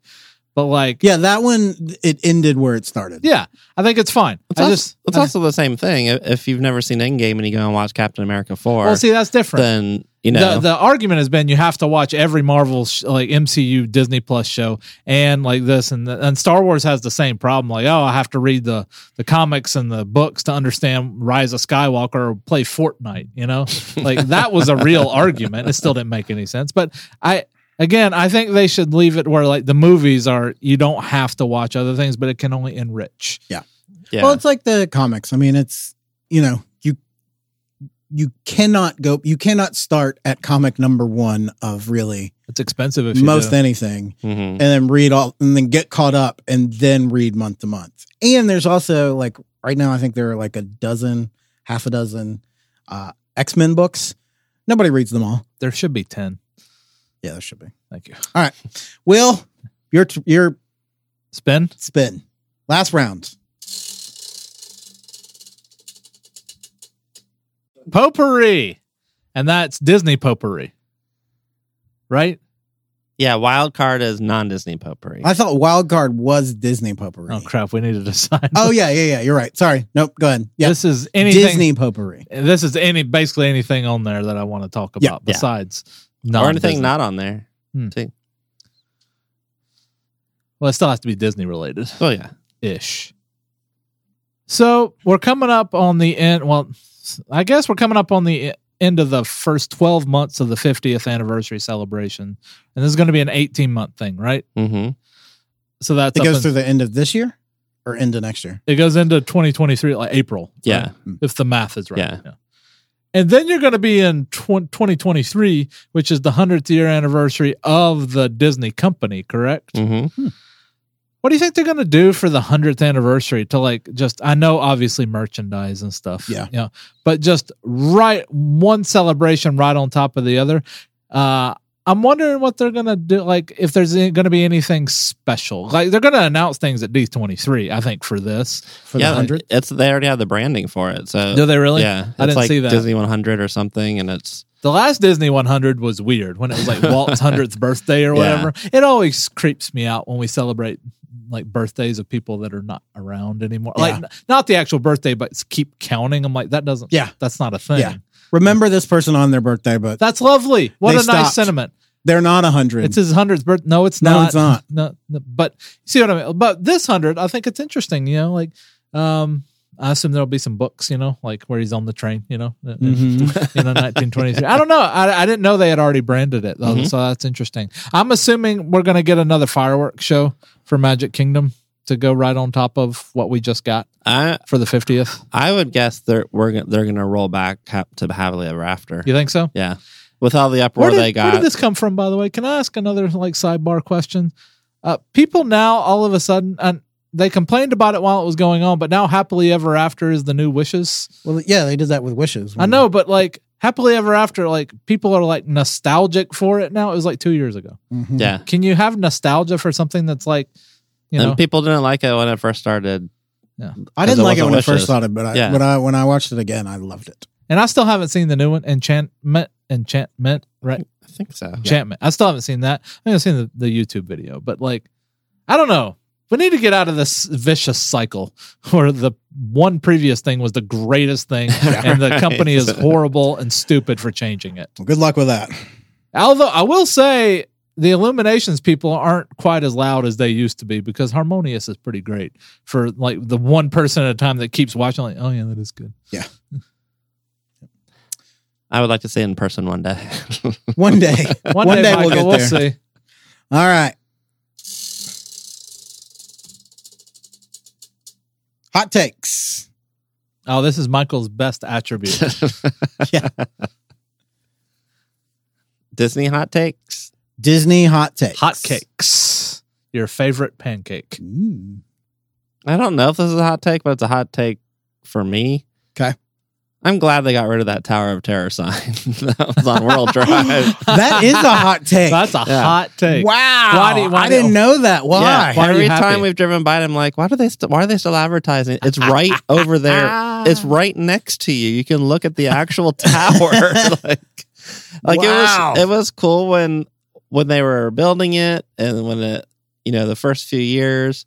[SPEAKER 3] but like yeah,
[SPEAKER 2] Yeah, that one it ended where it started.
[SPEAKER 3] i think it's fine
[SPEAKER 4] It's,
[SPEAKER 3] i
[SPEAKER 4] also,
[SPEAKER 3] just
[SPEAKER 4] it's
[SPEAKER 3] I-
[SPEAKER 4] also the same thing. If- If you've never seen Endgame and you go and watch Captain America 4,
[SPEAKER 3] well see that's different
[SPEAKER 4] then, you know,
[SPEAKER 3] the, the argument has been you have to watch every Marvel sh- like MCU Disney Plus show and like this and th- and Star Wars has the same problem like oh I have to read the the comics and the books to understand Rise of Skywalker or play Fortnite you know like that was a real argument it still didn't make any sense but I again I think they should leave it where like the movies are you don't have to watch other things but it can only enrich
[SPEAKER 4] yeah.
[SPEAKER 2] Well, it's like the comics. I mean, it's you know, you you cannot go you cannot start at comic number 1 of really
[SPEAKER 3] it's expensive if you
[SPEAKER 2] most
[SPEAKER 3] do.
[SPEAKER 2] anything
[SPEAKER 3] Mm-hmm.
[SPEAKER 4] Mhm.
[SPEAKER 2] and then read all and then get caught up and then read month to month. And there's also like right now, I think there are like a dozen, half a dozen uh, X Men books. Nobody reads them all.
[SPEAKER 3] there should be ten
[SPEAKER 2] Yeah, there should be.
[SPEAKER 3] thank you
[SPEAKER 2] Will, your t- your
[SPEAKER 3] spin
[SPEAKER 2] spin, last round.
[SPEAKER 3] potpourri, and that's Disney potpourri, right?
[SPEAKER 4] Yeah, wild card is non Disney potpourri.
[SPEAKER 2] I thought Wild Card was Disney potpourri.
[SPEAKER 3] Oh crap, we need to decide.
[SPEAKER 2] Oh yeah, yeah, yeah. You're right. Sorry. Nope. Go ahead. Yeah,
[SPEAKER 3] this is anything.
[SPEAKER 2] Disney potpourri.
[SPEAKER 3] This is any basically anything on there that I want to talk about
[SPEAKER 2] Yeah,
[SPEAKER 4] yeah.
[SPEAKER 3] besides
[SPEAKER 4] or
[SPEAKER 3] non-Disney.
[SPEAKER 4] anything not on there.
[SPEAKER 3] Well, it still has to be Disney related
[SPEAKER 4] Oh, yeah.
[SPEAKER 3] ish. So we're coming up on the end. Well, I guess we're coming up on the e- end of the first twelve months of the fiftieth anniversary celebration, and this is going to be an eighteen month thing, right?
[SPEAKER 4] hmm
[SPEAKER 3] So that's
[SPEAKER 2] It
[SPEAKER 3] up
[SPEAKER 2] goes
[SPEAKER 3] in-
[SPEAKER 2] through the end of this year or end of next year.
[SPEAKER 3] it goes into twenty twenty three, like April.
[SPEAKER 4] Yeah.
[SPEAKER 3] right? if the math is right.
[SPEAKER 4] Yeah.
[SPEAKER 3] And then you're going to be in tw- 2023, which is the 100th year anniversary of the Disney company, correct?
[SPEAKER 4] hmm
[SPEAKER 3] What do you think they're going to do for the 100th anniversary to like just, I know obviously merchandise and stuff.
[SPEAKER 2] Yeah.
[SPEAKER 3] You know, but just right one celebration right on top of the other. Uh, I'm wondering what they're going to do. Like, if there's going to be anything special. Like, they're going to announce things at D23, I think, for this.
[SPEAKER 2] For
[SPEAKER 4] yeah,
[SPEAKER 2] the hundredth.
[SPEAKER 4] It's, they already have the branding for it. So,
[SPEAKER 3] Do they really?
[SPEAKER 4] Uh, yeah, it's
[SPEAKER 3] I didn't
[SPEAKER 4] like
[SPEAKER 3] see that.
[SPEAKER 4] Disney 100 or something, and it's,
[SPEAKER 3] The last Disney 100 was weird when it was like Walt's 100th birthday or
[SPEAKER 4] Yeah.
[SPEAKER 3] whatever. It always creeps me out when we celebrate like birthdays of people that are not around anymore. Like
[SPEAKER 2] Yeah.
[SPEAKER 3] n- not the actual birthday, but s- keep counting. I'm like, that doesn't,
[SPEAKER 2] Yeah.
[SPEAKER 3] that's not a thing.
[SPEAKER 2] Yeah. remember this person on their birthday, but
[SPEAKER 3] That's lovely. What
[SPEAKER 2] They
[SPEAKER 3] a nice
[SPEAKER 2] stopped.
[SPEAKER 3] sentiment.
[SPEAKER 2] they're not a hundred.
[SPEAKER 3] It's his hundredth birth. No, it's
[SPEAKER 2] No,
[SPEAKER 3] not.
[SPEAKER 2] it's not.
[SPEAKER 3] No, no, but you see what I mean. But this hundred, I think it's interesting. You know, like um, I assume there'll be some books. You know, like where he's on the train. You know, in- in the nineteen twenties. I don't know. I, I didn't know they had already branded it though,
[SPEAKER 4] Mhm.
[SPEAKER 3] so that's interesting. I'm assuming we're gonna get another fireworks show for Magic Kingdom to go right on top of what we just got
[SPEAKER 4] I
[SPEAKER 3] for the fiftieth.
[SPEAKER 4] I would guess they're we're go- they're gonna roll back ha- to happily ever after.
[SPEAKER 3] You think so?
[SPEAKER 4] Yeah, with all the uproar
[SPEAKER 3] did,
[SPEAKER 4] they got.
[SPEAKER 3] where did this come from, by the way? Can I ask another like sidebar question? Uh, people now all of a sudden, and they complained about it while it was going on, but now happily ever after is the new wishes.
[SPEAKER 2] well, yeah, they did that with wishes.
[SPEAKER 4] Mm.
[SPEAKER 3] I know, but like happily ever after, like people are like nostalgic for it now. It was like two years ago.
[SPEAKER 2] Mhm.
[SPEAKER 4] yeah,
[SPEAKER 3] Can you have nostalgia for something that's like, you know,
[SPEAKER 4] and people didn't like it when it first started.
[SPEAKER 2] I
[SPEAKER 4] 'Cause
[SPEAKER 2] didn't
[SPEAKER 4] it
[SPEAKER 2] like it
[SPEAKER 4] wasn't
[SPEAKER 2] when I
[SPEAKER 4] Wishes.
[SPEAKER 2] first saw it, but I,
[SPEAKER 4] Yeah.
[SPEAKER 2] when I when I watched it again, I loved it.
[SPEAKER 3] and I still haven't seen the new one, enchantment, enchantment, right?
[SPEAKER 4] I think so.
[SPEAKER 3] enchantment. I still haven't seen that. I mean, I've seen the, the YouTube video, but like, I don't know. We need to get out of this vicious cycle where the one previous thing was the greatest thing and the
[SPEAKER 4] Right.
[SPEAKER 3] company is horrible and stupid for changing it.
[SPEAKER 2] Well, good luck with that.
[SPEAKER 3] Although I will say the Illuminations people aren't quite as loud as they used to be because Harmonious is pretty great for like the one person at a time that keeps watching, like, oh yeah, that is good.
[SPEAKER 4] I would like to see it in person one day.
[SPEAKER 2] One day, one, day, we'll
[SPEAKER 3] Michael,
[SPEAKER 2] get there.
[SPEAKER 3] see.
[SPEAKER 2] All right. Hot takes.
[SPEAKER 3] Oh, this is Michael's best attribute.
[SPEAKER 4] Disney hot takes.
[SPEAKER 2] Disney hot takes.
[SPEAKER 3] Hotcakes. Your favorite pancake.
[SPEAKER 2] Ooh.
[SPEAKER 4] I don't know if this is a hot take, but it's a hot take for me.
[SPEAKER 2] 'Kay.
[SPEAKER 4] I'm glad they got rid of that Tower of Terror sign that was on World Drive.
[SPEAKER 2] That is a hot take.
[SPEAKER 3] That's a
[SPEAKER 4] Yeah.
[SPEAKER 3] hot take.
[SPEAKER 2] Wow.
[SPEAKER 3] Why do you- why
[SPEAKER 2] I
[SPEAKER 3] do you-
[SPEAKER 2] didn't know that. Why?
[SPEAKER 4] Yeah,
[SPEAKER 3] Why are
[SPEAKER 4] every
[SPEAKER 3] you happy?
[SPEAKER 4] time we've driven by it, I'm like, why do they? St- why are they still advertising? It's right over there.
[SPEAKER 2] Um,
[SPEAKER 4] It's right next to you. You can look at the actual tower. like, like
[SPEAKER 2] Wow.
[SPEAKER 4] it was. It was cool when when they were building it and when it, you know, the first few years.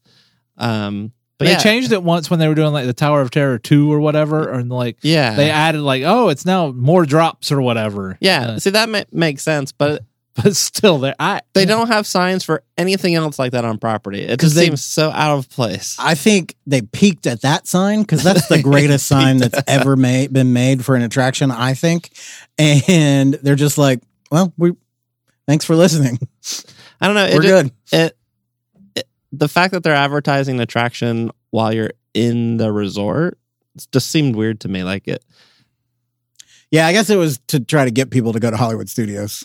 [SPEAKER 4] Um, but
[SPEAKER 3] they
[SPEAKER 4] yeah,
[SPEAKER 3] changed it once when they were doing like the Tower of Terror 2 or whatever. And like
[SPEAKER 4] Yeah,
[SPEAKER 3] they added like, oh, it's now more drops or whatever.
[SPEAKER 4] yeah.
[SPEAKER 3] Uh,
[SPEAKER 4] See, that ma- makes sense, but
[SPEAKER 3] but still there. I
[SPEAKER 4] They don't have signs for anything else like that on property. It
[SPEAKER 2] 'Cause
[SPEAKER 4] just
[SPEAKER 2] they-
[SPEAKER 4] seems so out of place.
[SPEAKER 2] I think they peaked at that sign because that's the greatest sign that's ever made been made for an attraction, I think. And they're just like, well, we thanks for listening.
[SPEAKER 4] I don't know. It
[SPEAKER 2] We're
[SPEAKER 4] ju-
[SPEAKER 2] good.
[SPEAKER 4] It, it- the fact that they're advertising an attraction while you're in the resort it's just seemed weird to me. Like it,
[SPEAKER 2] Yeah, I guess it was to try to get people to go to Hollywood Studios.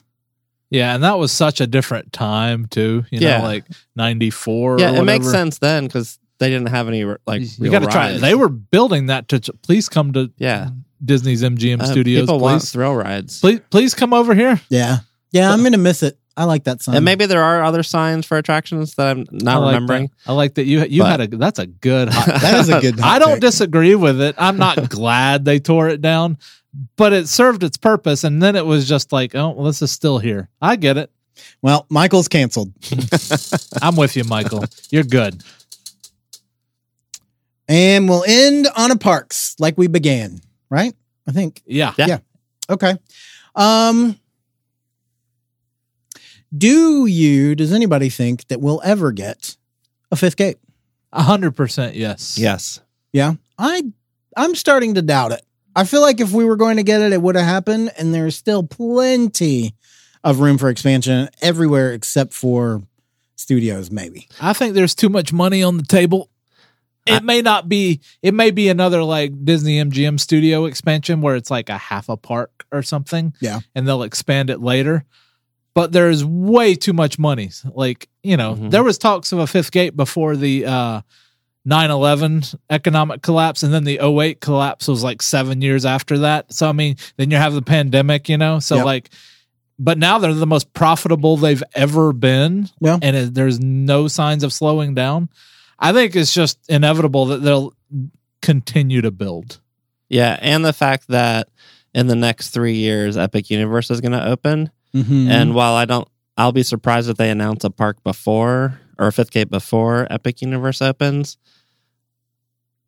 [SPEAKER 3] Yeah, and that was such a different time too. You
[SPEAKER 4] Yeah.
[SPEAKER 3] know, like ninety four.
[SPEAKER 4] yeah,
[SPEAKER 3] or
[SPEAKER 4] it makes
[SPEAKER 3] whatever.
[SPEAKER 4] sense then because they didn't have any like
[SPEAKER 3] you
[SPEAKER 4] real
[SPEAKER 3] got to try. it.
[SPEAKER 4] rides.
[SPEAKER 3] They were building that to please come to
[SPEAKER 4] yeah
[SPEAKER 3] Disney's MGM
[SPEAKER 4] Uh,
[SPEAKER 3] Studios.
[SPEAKER 4] People want
[SPEAKER 3] Please.
[SPEAKER 4] thrill rides,
[SPEAKER 3] please, please come over here.
[SPEAKER 2] Yeah. Yeah, I'm gonna miss it. I like that sign.
[SPEAKER 4] and maybe there are other signs for attractions that I'm not
[SPEAKER 3] like
[SPEAKER 4] remembering.
[SPEAKER 3] That. I like that you you
[SPEAKER 4] But-
[SPEAKER 3] had a that's a good hot
[SPEAKER 2] that is a good hot
[SPEAKER 3] I don't
[SPEAKER 2] take.
[SPEAKER 3] disagree with it. I'm not glad they tore it down, but it served its purpose. And then it was just like, oh, well, this is still here. I get it.
[SPEAKER 2] Well, Michael's canceled.
[SPEAKER 3] I'm with you, Michael. You're good.
[SPEAKER 2] And we'll end on a parks like we began, right? I think.
[SPEAKER 3] Yeah.
[SPEAKER 4] Yeah.
[SPEAKER 2] Okay. Um Do you does anybody think that we'll ever get a fifth gate?
[SPEAKER 3] 100% yes.
[SPEAKER 4] Yes,
[SPEAKER 2] I I'm starting to doubt it. I feel like if we were going to get it, it would have happened, and there's still plenty of room for expansion everywhere except for studios, maybe.
[SPEAKER 3] I think there's too much money on the table. It
[SPEAKER 4] I-
[SPEAKER 3] may not be, it may be another like Disney MGM studio expansion where it's like a half a park or something.
[SPEAKER 2] Yeah.
[SPEAKER 3] And they'll expand it later. But there's way too much money. Like, you know,
[SPEAKER 4] Mhm.
[SPEAKER 3] there was talks of a fifth gate before the uh 9-11 economic collapse and then the 08 collapse was like seven years after that. So I mean, then you have the pandemic, you know? So
[SPEAKER 2] Yeah.
[SPEAKER 3] like but now they're the most profitable they've ever been
[SPEAKER 2] Yeah.
[SPEAKER 3] and it, there's no signs of slowing down i think it's just inevitable that they'll continue to build
[SPEAKER 4] yeah, and the fact that in the next three years, Epic Universe is going to open.
[SPEAKER 2] Mm-hmm.
[SPEAKER 4] And while I don't, I'll be surprised if they announce a park before or a fifth gate before Epic Universe opens.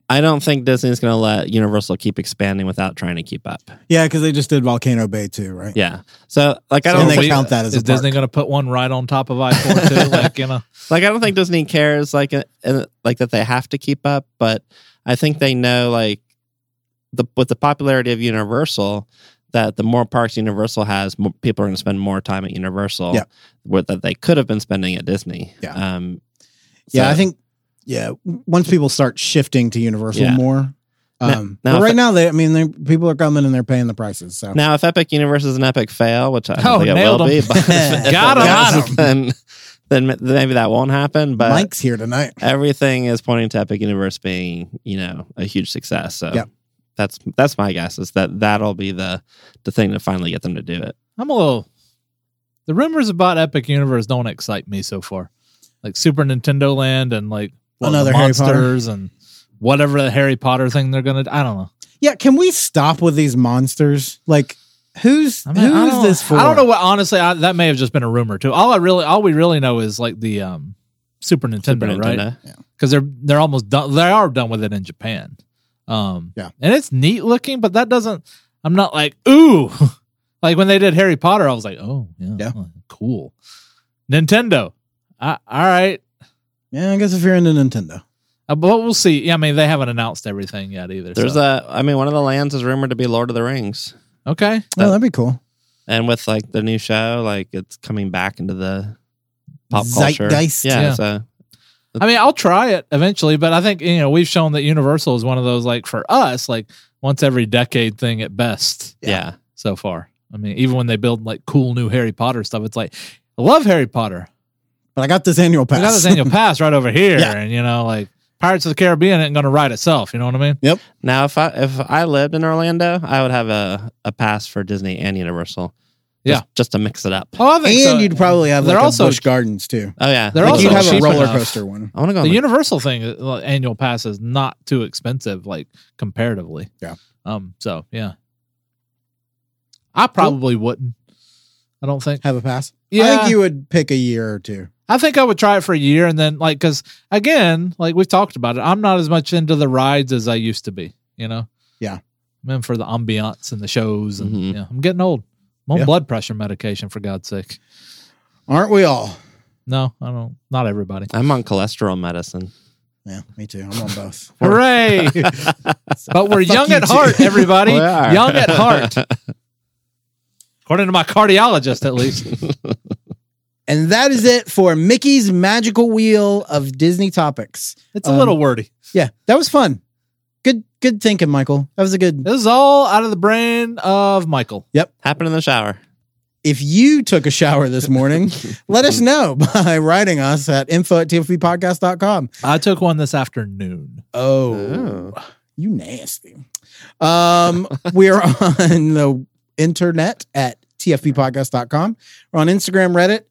[SPEAKER 4] I don't think Disney's going to let Universal keep expanding without trying to keep up.
[SPEAKER 2] Yeah, because they just did Volcano Bay too, right?
[SPEAKER 4] Yeah. So like I
[SPEAKER 2] So
[SPEAKER 4] don't
[SPEAKER 2] they
[SPEAKER 4] think,
[SPEAKER 2] count that as a
[SPEAKER 3] is Disney
[SPEAKER 2] park.
[SPEAKER 3] going to put one right on top of I four too? like you know,
[SPEAKER 4] like I don't think Disney cares like uh, uh, like that they have to keep up, but I think they know like the with the popularity of Universal that the more parks Universal has, more people are going to spend more time at Universal
[SPEAKER 2] Yeah.
[SPEAKER 4] where, that they could have been spending at Disney.
[SPEAKER 2] Yeah.
[SPEAKER 4] Um,
[SPEAKER 2] Yeah,
[SPEAKER 4] so-
[SPEAKER 2] I think. Yeah, w- once people start shifting to Universal
[SPEAKER 4] Yeah.
[SPEAKER 2] more,
[SPEAKER 4] Now-
[SPEAKER 2] um,
[SPEAKER 4] now
[SPEAKER 2] but
[SPEAKER 4] if
[SPEAKER 2] right
[SPEAKER 4] I-
[SPEAKER 2] now they, I mean, they, people are coming and they're paying the prices. So
[SPEAKER 4] Now, if Epic Universe is an epic fail, which I don't
[SPEAKER 3] Oh,
[SPEAKER 4] think it
[SPEAKER 3] nailed
[SPEAKER 4] will
[SPEAKER 3] him.
[SPEAKER 4] be, but if it
[SPEAKER 3] Got him.
[SPEAKER 4] does,
[SPEAKER 2] Got him.
[SPEAKER 4] Then, then m- maybe that won't happen. But
[SPEAKER 2] Mike's here tonight.
[SPEAKER 4] everything is pointing to Epic Universe being, you know, a huge success. So
[SPEAKER 2] Yep.
[SPEAKER 4] that's that's my guess is that that'll be the the thing to finally get them to do it.
[SPEAKER 3] I'm a little. The rumors about Epic Universe don't excite me so far. Like Super Nintendo Land and like what, the
[SPEAKER 2] Another Harry Potter.
[SPEAKER 3] monsters and whatever the Harry Potter thing they're gonna. I don't know.
[SPEAKER 2] Yeah, can we stop with these monsters? Like, who's
[SPEAKER 3] I mean, I
[SPEAKER 2] who's
[SPEAKER 3] don't-
[SPEAKER 2] this for?
[SPEAKER 3] I don't know what. Honestly, I, that may have just been a rumor too. All I really, all we really know is like the um Super Nintendo,
[SPEAKER 4] Super
[SPEAKER 3] right?
[SPEAKER 4] Nintendo.
[SPEAKER 3] because they're they're almost done. They are done with it in Japan. Um,
[SPEAKER 2] Yeah.
[SPEAKER 3] and it's neat looking, but that doesn't. I'm not like ooh, like when they did Harry Potter, I was like, oh yeah,
[SPEAKER 2] Yeah.
[SPEAKER 3] oh, cool. Nintendo, I, all right,
[SPEAKER 2] Yeah, I guess if you're into Nintendo,
[SPEAKER 3] Uh, but we'll see. Yeah, I mean they haven't announced everything yet either.
[SPEAKER 4] There's
[SPEAKER 3] so.
[SPEAKER 4] a, I mean, one of the lands is rumored to be Lord of the Rings,
[SPEAKER 3] okay.
[SPEAKER 2] oh, that'd be cool.
[SPEAKER 4] and with like the new show, like it's coming back into the pop culture.
[SPEAKER 2] Zeitgeist.
[SPEAKER 4] Yeah,
[SPEAKER 3] Yeah.
[SPEAKER 4] So
[SPEAKER 3] I mean, I'll try it eventually, but I think you know we've shown that Universal is one of those like for us like once every decade thing at best.
[SPEAKER 4] yeah.
[SPEAKER 3] so far. I mean, even when they build like cool new Harry Potter stuff, it's like I love Harry Potter.
[SPEAKER 2] But I got this annual pass.
[SPEAKER 3] I got this annual pass right over here,
[SPEAKER 2] Yeah.
[SPEAKER 3] and you know, like Pirates of the Caribbean ain't going to write itself. You know what I mean?
[SPEAKER 4] Now, if I if I lived in Orlando, I would have a, a pass for Disney and Universal. Just-
[SPEAKER 3] Yeah.
[SPEAKER 4] just to mix it up.
[SPEAKER 3] Oh, I think
[SPEAKER 2] and
[SPEAKER 3] so.
[SPEAKER 2] you'd probably have
[SPEAKER 3] They're
[SPEAKER 2] like
[SPEAKER 3] also-
[SPEAKER 2] a Busch Gardens too.
[SPEAKER 4] Oh yeah,
[SPEAKER 3] They're
[SPEAKER 2] Like
[SPEAKER 4] Like,
[SPEAKER 3] also
[SPEAKER 2] you'd have a
[SPEAKER 3] cheap
[SPEAKER 2] roller
[SPEAKER 3] enough.
[SPEAKER 2] coaster one.
[SPEAKER 4] I want to go.
[SPEAKER 3] the
[SPEAKER 4] on the-
[SPEAKER 3] Universal thing uh, like, annual pass is not too expensive, like comparatively.
[SPEAKER 2] Yeah.
[SPEAKER 3] Um. So yeah, I probably wouldn't. I don't think.
[SPEAKER 2] Have a pass.
[SPEAKER 3] Yeah.
[SPEAKER 2] I think you would pick a year or two.
[SPEAKER 3] I think I would try it for a year and then like because again, like we've talked about it, I'm not as much into the rides as I used to be. You know.
[SPEAKER 2] Yeah.
[SPEAKER 3] I'm in for the ambiance and the shows, and
[SPEAKER 4] Mhm.
[SPEAKER 3] yeah, I'm getting old. I'm on
[SPEAKER 2] Yeah.
[SPEAKER 3] blood pressure medication for God's sake.
[SPEAKER 2] Aren't we all?
[SPEAKER 3] No, I don't. Not everybody.
[SPEAKER 4] I'm on cholesterol medicine.
[SPEAKER 2] Yeah, me too. I'm on both.
[SPEAKER 3] Hooray! but we're young
[SPEAKER 2] you
[SPEAKER 3] at
[SPEAKER 2] too.
[SPEAKER 3] heart, everybody.
[SPEAKER 4] We are.
[SPEAKER 3] young at heart. According to my cardiologist, at least.
[SPEAKER 2] And that is it for Mickey's Magical Wheel of Disney Topics.
[SPEAKER 3] It's a
[SPEAKER 2] Um,
[SPEAKER 3] little wordy.
[SPEAKER 2] Yeah, that was fun. Good, good thinking, Michael. That was a good.
[SPEAKER 3] This is all out of the brain of Michael.
[SPEAKER 4] Happened in the shower.
[SPEAKER 2] If you took a shower this morning, let us know by writing us at info at tfbpodcast.com.
[SPEAKER 3] I took one this afternoon.
[SPEAKER 2] Oh,
[SPEAKER 4] Oh.
[SPEAKER 2] you nasty. Um, we're on the internet at tfbpodcast.com. We're on Instagram, Reddit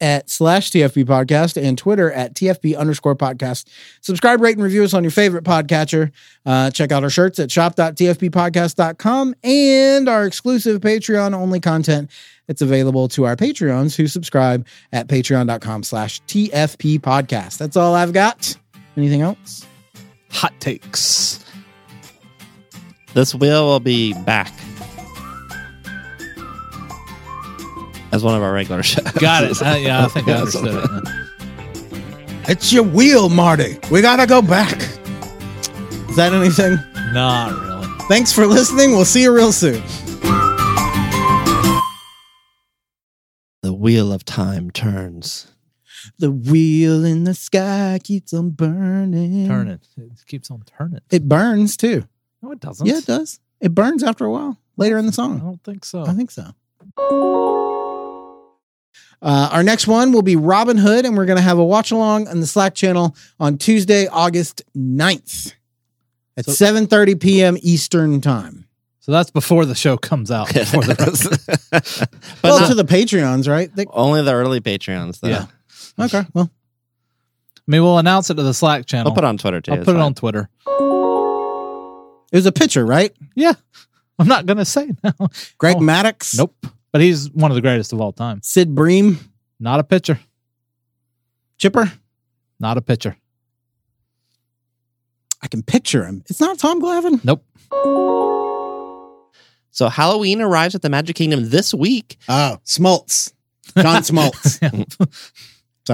[SPEAKER 2] at slash tfb podcast and Twitter at tfb underscore podcast. Subscribe, rate, and review us on your favorite podcatcher. Uh, check out our shirts at shop.tfbpodcast.com and our exclusive Patreon only content. It's available to our Patreons who subscribe at patreon.com slash tfp podcast. That's all I've got. Anything else?
[SPEAKER 3] Hot takes.
[SPEAKER 4] This wheel will be back as one of our regular shows.
[SPEAKER 3] Got it. Uh, yeah, I think I understood it.
[SPEAKER 2] It's your wheel, Marty. We gotta go back. Is that anything?
[SPEAKER 3] Not really.
[SPEAKER 2] Thanks for listening. We'll see you real soon.
[SPEAKER 4] The wheel of time turns.
[SPEAKER 2] The wheel in the sky keeps on burning.
[SPEAKER 3] Turn it. It keeps on turning.
[SPEAKER 2] It burns too.
[SPEAKER 3] No, it doesn't.
[SPEAKER 2] Yeah, it does. It burns after a while later in the
[SPEAKER 3] I
[SPEAKER 2] song.
[SPEAKER 3] don't think so.
[SPEAKER 2] I think so. Uh, our next one will be Robin Hood, and we're going to have a watch along on the Slack channel on Tuesday, August 9th at
[SPEAKER 3] So-
[SPEAKER 2] 7.30 p.m. Eastern Time.
[SPEAKER 3] So that's before the show comes out. Before the
[SPEAKER 4] but
[SPEAKER 2] well,
[SPEAKER 4] not-
[SPEAKER 2] to the Patreons, right? They-
[SPEAKER 4] only the early Patreons, though.
[SPEAKER 3] Yeah.
[SPEAKER 2] okay, well.
[SPEAKER 3] I mean, we'll announce it to the Slack channel.
[SPEAKER 4] I'll put it on Twitter too.
[SPEAKER 3] I'll
[SPEAKER 4] it's
[SPEAKER 3] put it
[SPEAKER 4] fine.
[SPEAKER 3] on Twitter.
[SPEAKER 2] It was a pitcher, right?
[SPEAKER 3] Yeah. I'm not going to say now.
[SPEAKER 2] Greg
[SPEAKER 3] Oh.
[SPEAKER 2] Maddox.
[SPEAKER 3] Nope. But he's one of the greatest of all time.
[SPEAKER 2] Sid Bream.
[SPEAKER 3] Not a pitcher.
[SPEAKER 2] Chipper.
[SPEAKER 3] Not a pitcher.
[SPEAKER 2] I can picture him. It's not Tom Glavin.
[SPEAKER 3] Nope.
[SPEAKER 4] So Halloween arrives at the Magic Kingdom this week.
[SPEAKER 2] Oh, Smoltz. John Smoltz. Sorry.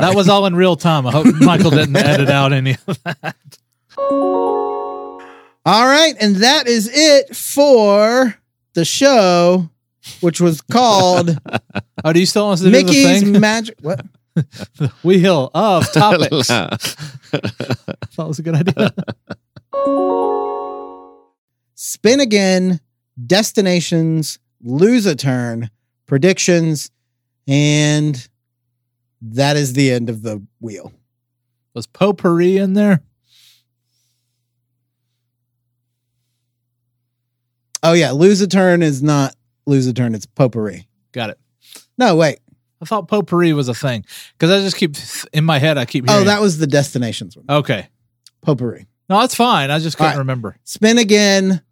[SPEAKER 3] That was all in real time. I hope Michael didn't edit out any of that.
[SPEAKER 2] All right, and that is it for the show, which was called
[SPEAKER 3] Oh, do you still want us to do the
[SPEAKER 2] Mickey's
[SPEAKER 3] thing?
[SPEAKER 2] Magic. What?
[SPEAKER 3] Wheel of topics. that was a good idea.
[SPEAKER 2] Spin again, destinations, lose a turn, predictions, and that is the end of the wheel.
[SPEAKER 3] Was potpourri in there?
[SPEAKER 2] Oh yeah, lose a turn is not lose a turn; it's potpourri.
[SPEAKER 3] Got it.
[SPEAKER 2] No, wait.
[SPEAKER 3] I thought potpourri was a thing because I just keep in my head. I keep hearing.
[SPEAKER 2] Oh, that was the destinations one.
[SPEAKER 3] okay.
[SPEAKER 2] Potpourri.
[SPEAKER 3] No, that's fine. I just couldn't
[SPEAKER 2] All right.
[SPEAKER 3] remember.
[SPEAKER 2] Spin again.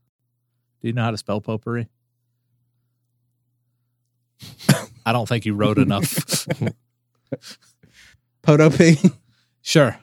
[SPEAKER 3] Do you know how to spell potpourri? I don't think you wrote enough.
[SPEAKER 2] Potopi.
[SPEAKER 3] sure.